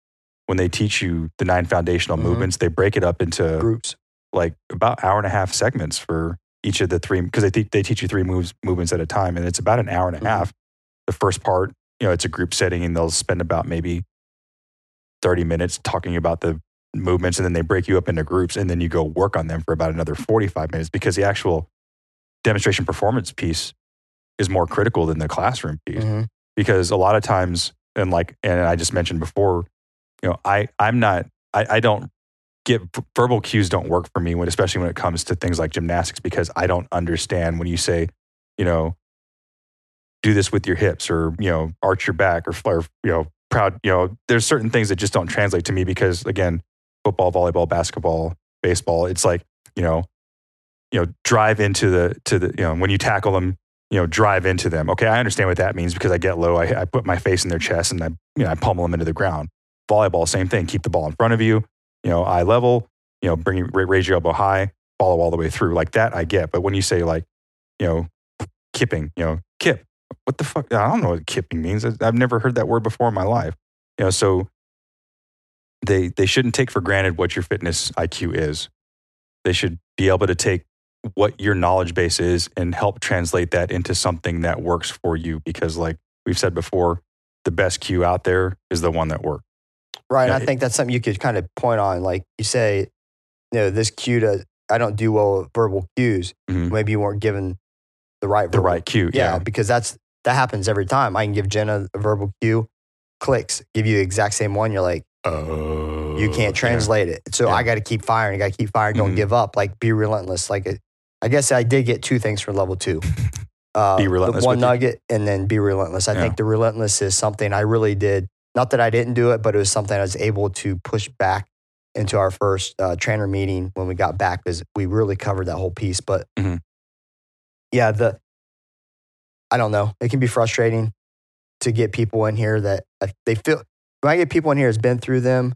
[SPEAKER 2] when they teach you the nine foundational
[SPEAKER 1] Mhm.
[SPEAKER 2] movements, they break it up into
[SPEAKER 1] groups.
[SPEAKER 2] like about hour and a half segments for each of the three because they think they teach you three moves movements at a time and it's about an hour and a
[SPEAKER 1] Mhm.
[SPEAKER 2] half the first part you know it's a group setting and they'll spend about maybe 30 minutes talking about the movements and then they break you up into groups and then you go work on them for about another 45 minutes because the actual demonstration performance piece is more critical than the classroom piece
[SPEAKER 1] Mhm.
[SPEAKER 2] because a lot of times and like and i just mentioned before you know i i'm not i, I don't get verbal cues don't work for me when especially when it comes to things like gymnastics because i don't understand when you say you know do this with your hips or you know arch your back or, or you know proud you know there's certain things that just don't translate to me because again football volleyball basketball baseball it's like you know you know drive into the to the you know when you tackle them you know, drive into them. Okay, I understand what that means because I get low, I, I put my face in their chest and I, you know, I pummel them into the ground. Volleyball, same thing. Keep the ball in front of you, you know, eye level, you know, bring ra- raise your elbow high, follow all the way through. Like that, I get. But when you say like, you know, kipping, you know, kip, what the fuck? I don't know what kipping means. I- I've never heard that word before in my life. You know, so they they shouldn't take for granted what your fitness IQ is. They should be able to take what your knowledge base is and help translate that into something that works for you because like we've said before the best cue out there is the one that works
[SPEAKER 1] Right. and
[SPEAKER 2] Yeah,
[SPEAKER 1] I
[SPEAKER 2] it-
[SPEAKER 1] think that's something you could kind of point on. Like you say, you know, this cue to, I don't do well with verbal cues.
[SPEAKER 2] Mhm.
[SPEAKER 1] Maybe you weren't given the right
[SPEAKER 2] the
[SPEAKER 1] verbal
[SPEAKER 2] right cue
[SPEAKER 1] Yeah, because that's, that happens every time. I can give Jenna a verbal cue, clicks, give you the exact same one. You're like,
[SPEAKER 2] oh
[SPEAKER 1] you can't translate it. So
[SPEAKER 2] Yeah.
[SPEAKER 1] I got to keep firing. I got to keep firing. Don't
[SPEAKER 2] Mhm.
[SPEAKER 1] give up. Like be relentless. Like it, I guess I did get two things for level two. Uh,
[SPEAKER 2] Be
[SPEAKER 1] the
[SPEAKER 2] relentless
[SPEAKER 1] One
[SPEAKER 2] with your-
[SPEAKER 1] nugget and then be relentless. I
[SPEAKER 2] Yeah.
[SPEAKER 1] think the relentless is something I really did. Not that I didn't do it, but it was something I was able to push back into our first uh, trainer meeting when we got back because we really covered that whole piece. But
[SPEAKER 2] Mhm.
[SPEAKER 1] yeah, the I don't know. It can be frustrating to get people in here that uh, they feel when I get people in here has been through them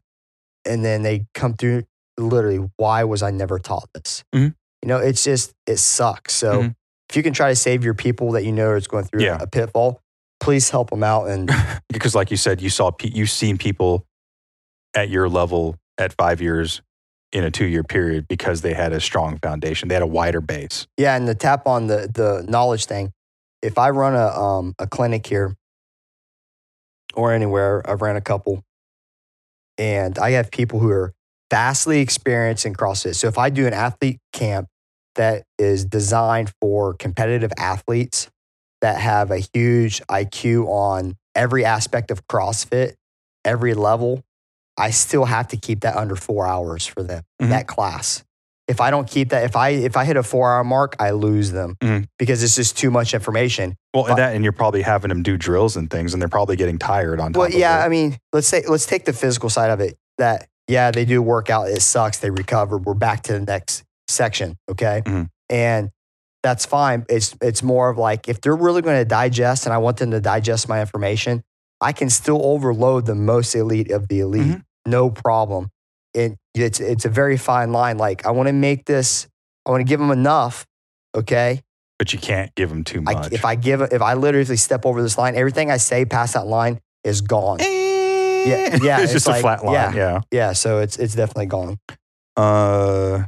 [SPEAKER 1] and then they come through literally, why was I never taught this?
[SPEAKER 2] Mhm.
[SPEAKER 1] You know, it's just it sucks. So
[SPEAKER 2] Mhm.
[SPEAKER 1] if you can try to save your people that you know is going through
[SPEAKER 2] Yeah.
[SPEAKER 1] a pitfall, please help them out. And
[SPEAKER 2] because like you said you saw pe- you've seen people at your level at five years in a two year period because they had a strong foundation they had a wider base
[SPEAKER 1] yeah, and the tap on the the knowledge thing. If I run a um a clinic here or anywhere, I've ran a couple, and I have people who are vastly experienced in CrossFit. So if I do an athlete camp that is designed for competitive athletes that have a huge IQ on every aspect of CrossFit, every level, I still have to keep that under four hours for them,
[SPEAKER 2] Mhm.
[SPEAKER 1] that class. If I don't keep that, if I if I hit a four hour mark, I lose them
[SPEAKER 2] Mhm.
[SPEAKER 1] because it's just too much information.
[SPEAKER 2] well
[SPEAKER 1] But-
[SPEAKER 2] and that and you're probably having them do drills and things and they're probably getting tired on top
[SPEAKER 1] Well,
[SPEAKER 2] of
[SPEAKER 1] yeah,
[SPEAKER 2] it.
[SPEAKER 1] I mean, let's say let's take the physical side of it. That yeah, they do work out. It sucks. They recover. We're back to the next section. Okay,
[SPEAKER 2] Mhm.
[SPEAKER 1] and that's fine. It's it's more of like if they're really going to digest, and I want them to digest my information, I can still overload the most elite of the elite,
[SPEAKER 2] Mhm.
[SPEAKER 1] no problem. And it's it's a very fine line. Like I want to make this. I want to give them enough. Okay,
[SPEAKER 2] but you can't give them too
[SPEAKER 1] I,
[SPEAKER 2] much
[SPEAKER 1] if I give, if I literally step over this line, everything I say past that line is gone.
[SPEAKER 2] Eh.
[SPEAKER 1] Yeah, yeah,
[SPEAKER 2] it's,
[SPEAKER 1] it's
[SPEAKER 2] just a
[SPEAKER 1] like-
[SPEAKER 2] flat line
[SPEAKER 1] yeah.
[SPEAKER 2] yeah.
[SPEAKER 1] Yeah, so it's it's definitely gone.
[SPEAKER 2] Uh,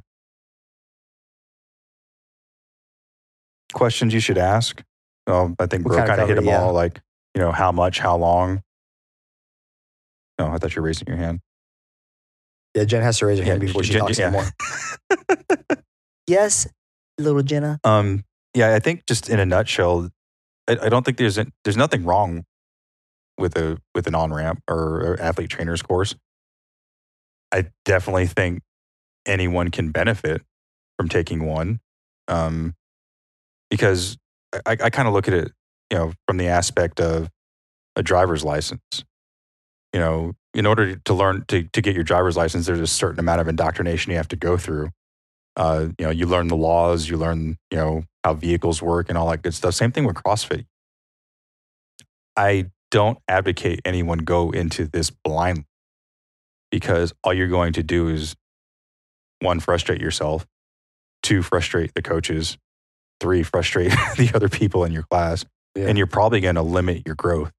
[SPEAKER 2] questions you should ask. Um, I think
[SPEAKER 1] We
[SPEAKER 2] bro
[SPEAKER 1] kinda
[SPEAKER 2] kind of hit
[SPEAKER 1] covered it,
[SPEAKER 2] them
[SPEAKER 1] yeah.
[SPEAKER 2] all. Like, you know, how much, how long. No, I thought you were raising your hand.
[SPEAKER 1] Yeah, Jen has to raise her
[SPEAKER 2] Yeah,
[SPEAKER 1] hand before she
[SPEAKER 2] Jen-
[SPEAKER 1] talks
[SPEAKER 2] yeah.
[SPEAKER 1] anymore. yes, little Jenna.
[SPEAKER 2] Um, yeah, I think just in a nutshell, I, I don't think there's an, there's nothing wrong with a with an on ramp or, or athlete trainers course. I definitely think anyone can benefit from taking one, um, because I, I kind of look at it, you know, from the aspect of a driver's license. You know, in order to learn to to get your driver's license, there's a certain amount of indoctrination you have to go through uh, you know, you learn the laws, you learn, you know, how vehicles work and all that good stuff. Same thing with CrossFit. I don't advocate anyone go into this blindly because all you're going to do is one, frustrate yourself, two, frustrate the coaches, three, frustrate the other people in your class.
[SPEAKER 1] Yeah.
[SPEAKER 2] And you're probably going to limit your growth,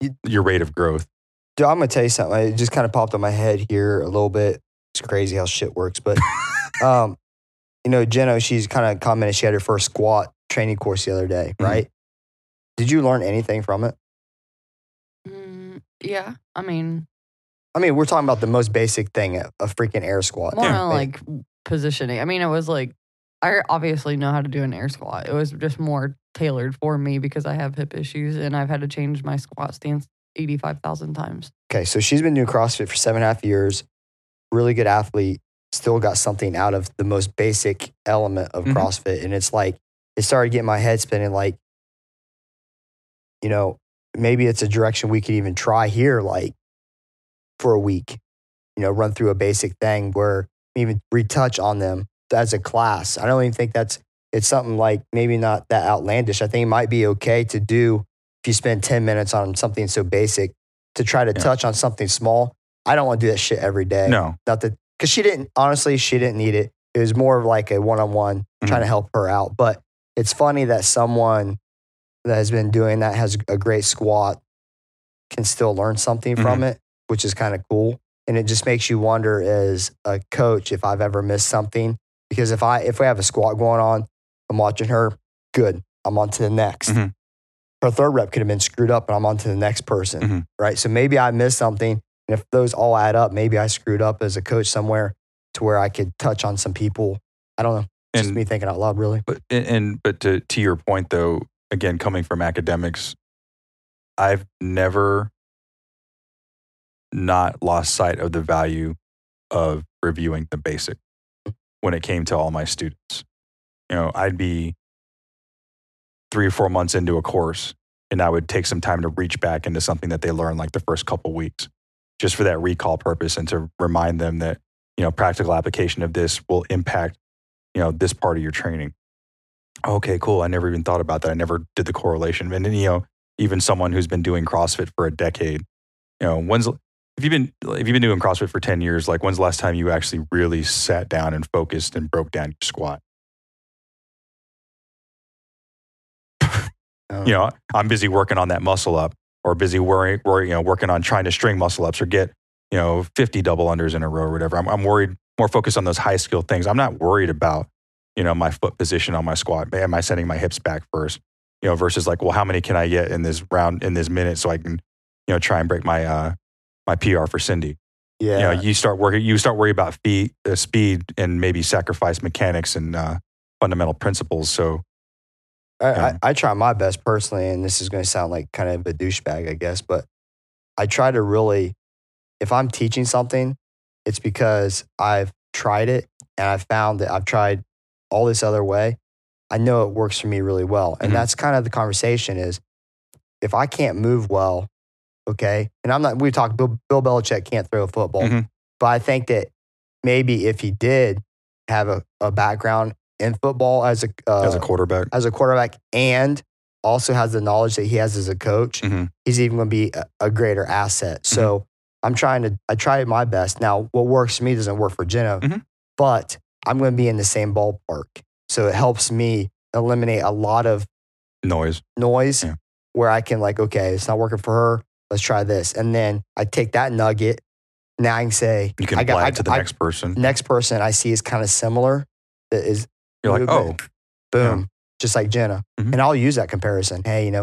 [SPEAKER 1] You-
[SPEAKER 2] your rate of growth.
[SPEAKER 1] Dude, I'm gonna tell you something. It just kind of popped on my head here a little bit. It's crazy how shit works, but um, you know, Jenna, she's kind of commented she had her first squat training course the other day,
[SPEAKER 2] Mhm.
[SPEAKER 1] right? Did you learn anything from it?
[SPEAKER 3] Mm, yeah, I mean,
[SPEAKER 1] I mean, we're talking about the most basic thing, a, a freaking air squat.
[SPEAKER 3] more
[SPEAKER 2] Yeah.
[SPEAKER 3] on like positioning. I mean, it was like I obviously know how to do an air squat. It was just more tailored for me because I have hip issues and I've had to change my squat stance eighty five thousand times.
[SPEAKER 1] Okay, so she's been doing CrossFit for seven and a half years. Really good athlete. Still got something out of the most basic element of
[SPEAKER 2] Mhm.
[SPEAKER 1] CrossFit, and it's like it started getting my head spinning. Like, you know, maybe it's a direction we could even try here, like for a week. You know, run through a basic thing where even retouch on them as a class. I don't even think that's it's something like maybe not that outlandish. I think it might be okay to do if you spend ten minutes on something so basic to try to
[SPEAKER 2] Yeah.
[SPEAKER 1] touch on something small. I don't want to do that shit every day.
[SPEAKER 2] No.
[SPEAKER 1] Not that because she didn't honestly, she didn't need it. It was more of like a one on one trying to help her out. But it's funny that someone that has been doing that has a great squat can still learn something from it, which is kind of cool. And it just makes you wonder as a coach if I've ever missed something. Because if I if we have a squat going on, I'm watching her, good. I'm on to the next.
[SPEAKER 2] Mhm.
[SPEAKER 1] Her third rep could have been screwed up and I'm on to the next person.
[SPEAKER 2] Mhm.
[SPEAKER 1] Right. So maybe I missed something. And if those all add up, maybe I screwed up as a coach somewhere to where I could touch on some people. I don't know. Just
[SPEAKER 2] And-
[SPEAKER 1] me thinking out loud, really.
[SPEAKER 2] But and- and but to to your point though, again coming from academics, I've never not lost sight of the value of reviewing the basic when it came to all my students. You know, I'd be three or four months into a course and I would take some time to reach back into something that they learned like the first couple weeks just for that recall purpose and to remind them that, you know, practical application of this will impact, you know, this part of your training okay, cool. I never even thought about that. I never did the correlation. And then, you know, even someone who's been doing CrossFit for a decade, you know, when's if you've been if you've been doing CrossFit for ten years, like when's the last time you actually really sat down and focused and broke down your squat?
[SPEAKER 1] Oh.
[SPEAKER 2] you know i'm busy working on that muscle up or busy worrying worry, you know working on trying to string muscle ups or get you know 50 double unders in a row or whatever i'm, I'm worried more focused on those high skill things i'm not worried about you know my foot position on my squat am i sending my hips back first you know versus like well how many can i get in this round in this minute so i can you know try and break my uh my pr for cindy
[SPEAKER 1] yeah.
[SPEAKER 2] you know you start working you start worrying about feet uh, speed and maybe sacrifice mechanics and uh fundamental principles so
[SPEAKER 1] I,
[SPEAKER 2] Yeah.
[SPEAKER 1] I, I try my best personally, and this is going to sound like kind of a douchebag, I guess, but I try to really, if I'm teaching something, it's because I've tried it and I've found that I've tried all this other way. I know it works for me really well. And
[SPEAKER 2] Mhm.
[SPEAKER 1] that's kind of the conversation is if I can't move well, okay, and I'm not, we talked, Bill, Bill Belichick can't throw a football,
[SPEAKER 2] Mhm.
[SPEAKER 1] but I think that maybe if he did have a, a background in football as a, uh,
[SPEAKER 2] as a quarterback
[SPEAKER 1] as a quarterback and also has the knowledge that he has as a coach,
[SPEAKER 2] Mhm.
[SPEAKER 1] he's even going to be a, a greater asset. So I'm trying to, I try my best. Now, what works for me doesn't work for Jenna,
[SPEAKER 2] Mhm.
[SPEAKER 1] but I'm going to be in the same ballpark. So it helps me eliminate a lot of
[SPEAKER 2] noise
[SPEAKER 1] noise
[SPEAKER 2] Yeah.
[SPEAKER 1] where I can, like, okay, it's not working for her. Let's try this. And then I take that nugget. Now I can say,
[SPEAKER 2] you can
[SPEAKER 1] I
[SPEAKER 2] apply
[SPEAKER 1] got, I,
[SPEAKER 2] it to the
[SPEAKER 1] I-
[SPEAKER 2] next person
[SPEAKER 1] next person I see is kind of similar. That is
[SPEAKER 2] You're like, oh,
[SPEAKER 1] movement. boom, just like Jenna.
[SPEAKER 2] Mhm.
[SPEAKER 1] And I'll use that comparison. Hey, you know,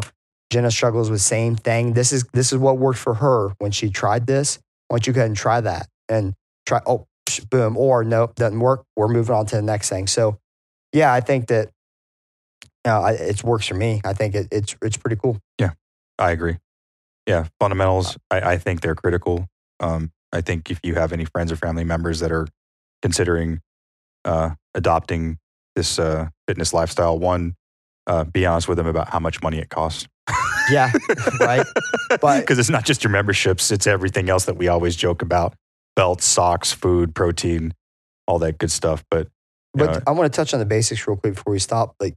[SPEAKER 1] Jenna struggles with same thing. This is this is what worked for her when she tried this. Why don't you go ahead and try that and try? Oh, psh, boom, or nope, doesn't work. We're moving on to the next thing. So, yeah, I think that uh, I- it works for me. I think it, it's it's pretty cool.
[SPEAKER 2] I agree. Yeah, fundamentals. I, I think they're critical. Um, I think if you have any friends or family members that are considering uh, adopting this uh, fitness lifestyle, one, uh, be honest with them about how much money it costs.
[SPEAKER 1] Yeah, right. But-
[SPEAKER 2] because it's not just your memberships; it's everything else that we always joke about: belts, socks, food, protein, all that good stuff. But
[SPEAKER 1] But
[SPEAKER 2] Yeah.
[SPEAKER 1] I want to touch on the basics real quick before we stop. Like,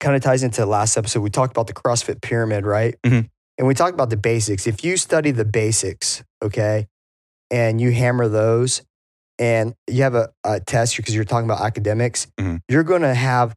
[SPEAKER 1] kind of ties into the last episode. We talked about the CrossFit pyramid, right?
[SPEAKER 2] Mhm.
[SPEAKER 1] And we talked about the basics. If you study the basics, okay, and you hammer those, and you have a, a test because you're talking about academics,
[SPEAKER 2] Mhm.
[SPEAKER 1] you're going to have,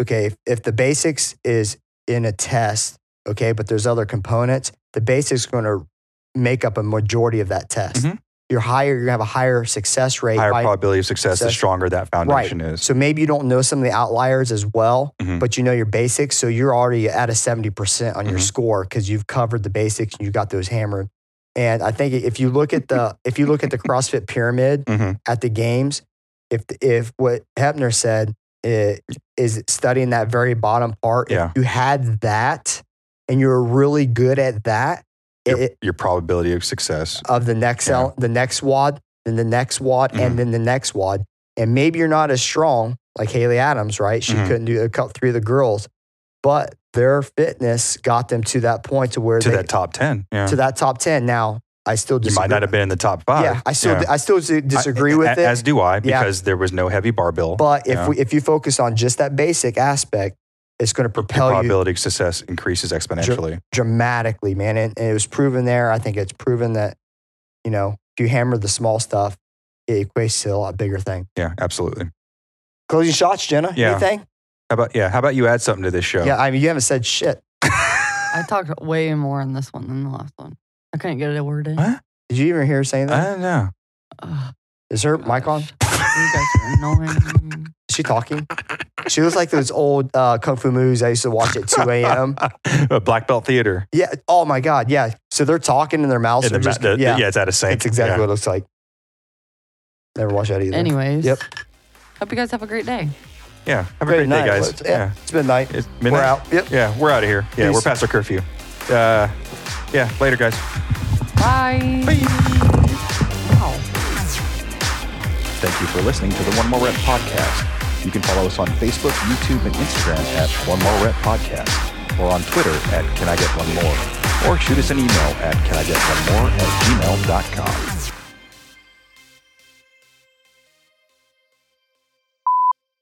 [SPEAKER 1] okay, if, if the basics is in a test, okay, but there's other components, the basics going to make up a majority of that test.
[SPEAKER 2] Mhm.
[SPEAKER 1] You're higher, you're going to have a higher success rate.
[SPEAKER 2] higher
[SPEAKER 1] by-
[SPEAKER 2] probability of success, the
[SPEAKER 1] success.
[SPEAKER 2] stronger that foundation is.
[SPEAKER 1] so maybe you don't know some of the outliers as well,
[SPEAKER 2] Mhm.
[SPEAKER 1] but you know your basics. So you're already at a 70% on your
[SPEAKER 2] Mhm.
[SPEAKER 1] score because you've covered the basics and you got those hammered. And I think if you look at the if you look at the CrossFit pyramid
[SPEAKER 2] Mhm.
[SPEAKER 1] at the games, if if what Hepner said is, is studying that very bottom part,
[SPEAKER 2] Yeah.
[SPEAKER 1] if you had that and you're really good at that, it,
[SPEAKER 2] Your, your probability of success.
[SPEAKER 1] of the next
[SPEAKER 2] Yeah.
[SPEAKER 1] el- the next wad, then the next wad,
[SPEAKER 2] Mhm.
[SPEAKER 1] and then the next wad. And maybe you're not as strong like Haley Adams, right? She
[SPEAKER 2] Mhm.
[SPEAKER 1] couldn't do a couple three of the girls, but their fitness got them to that point to where
[SPEAKER 2] to
[SPEAKER 1] they
[SPEAKER 2] that top 10. Yeah.
[SPEAKER 1] to that top ten. Now I still
[SPEAKER 2] you
[SPEAKER 1] disagree.
[SPEAKER 2] might not have been in the top five.
[SPEAKER 1] Yeah, I still I still d- disagree
[SPEAKER 2] I-
[SPEAKER 1] with
[SPEAKER 2] a-
[SPEAKER 1] it.
[SPEAKER 2] As do I,
[SPEAKER 1] Yeah.
[SPEAKER 2] because there was no heavy barbell.
[SPEAKER 1] but if
[SPEAKER 2] yeah.
[SPEAKER 1] we, if you focus on just that basic aspect, it's going to
[SPEAKER 2] Your
[SPEAKER 1] propel you
[SPEAKER 2] probability of success increases exponentially.
[SPEAKER 1] dramatically, man. And, and it was proven there. I think it's proven that you know if you hammer the small stuff, it equates to a lot bigger thing.
[SPEAKER 2] Yeah, absolutely. How
[SPEAKER 1] Closing shots, Jenna.
[SPEAKER 2] Yeah.
[SPEAKER 1] Anything?
[SPEAKER 2] about yeah? How about you add something to this show?
[SPEAKER 1] Yeah, I mean, you haven't said shit.
[SPEAKER 3] I talked way more in this one than the last one. I couldn't get a word in.
[SPEAKER 2] What?
[SPEAKER 1] Did you even hear her saying
[SPEAKER 2] I
[SPEAKER 1] that?
[SPEAKER 2] don't know.
[SPEAKER 3] Ugh,
[SPEAKER 1] Is her mic on?
[SPEAKER 3] gosh. You guys are annoying.
[SPEAKER 1] Is she talking? She looks like those old uh, kung fu movies I used to watch at 2 a.m.
[SPEAKER 2] Uh, Black belt theater.
[SPEAKER 1] Yeah. Oh my God. Yeah. So they're talking and their mouths
[SPEAKER 2] And
[SPEAKER 1] are
[SPEAKER 2] the, ma-
[SPEAKER 1] just
[SPEAKER 2] the- the-
[SPEAKER 1] yeah.
[SPEAKER 2] yeah. it's out of sync.
[SPEAKER 1] It's exactly
[SPEAKER 2] Yeah.
[SPEAKER 1] what it looks like. Never watched that either.
[SPEAKER 3] Anyways.
[SPEAKER 1] Yep.
[SPEAKER 3] Hope you guys have a great day.
[SPEAKER 2] Yeah. Have a
[SPEAKER 1] Great
[SPEAKER 2] great,
[SPEAKER 1] night,
[SPEAKER 2] day, guys.
[SPEAKER 1] It's, yeah, It's midnight.
[SPEAKER 2] It's midnight.
[SPEAKER 1] We're out. Yep.
[SPEAKER 2] Yeah, we're out of here. Yeah,
[SPEAKER 1] Peace.
[SPEAKER 2] we're past our curfew. Uh, yeah, later, guys.
[SPEAKER 3] Bye. Wow.
[SPEAKER 4] Thank you for listening to the One More Rep podcast. You can follow us on Facebook, YouTube, and Instagram at One More Rep Podcast, or on Twitter at Can I Get One More, or shoot us an email at Can I Get One More at gmail.com.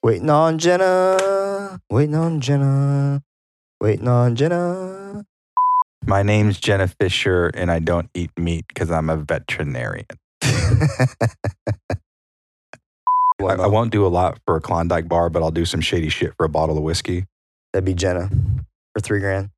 [SPEAKER 1] Waiting on Jenna. Waiting on Jenna. Waiting on Jenna.
[SPEAKER 2] My name's Jenna Fisher, and I don't eat meat because I'm a veterinarian. I, I won't do a lot for a Klondike bar, but I'll do some shady shit for a bottle of whiskey.
[SPEAKER 1] That'd be Jenna for three grand.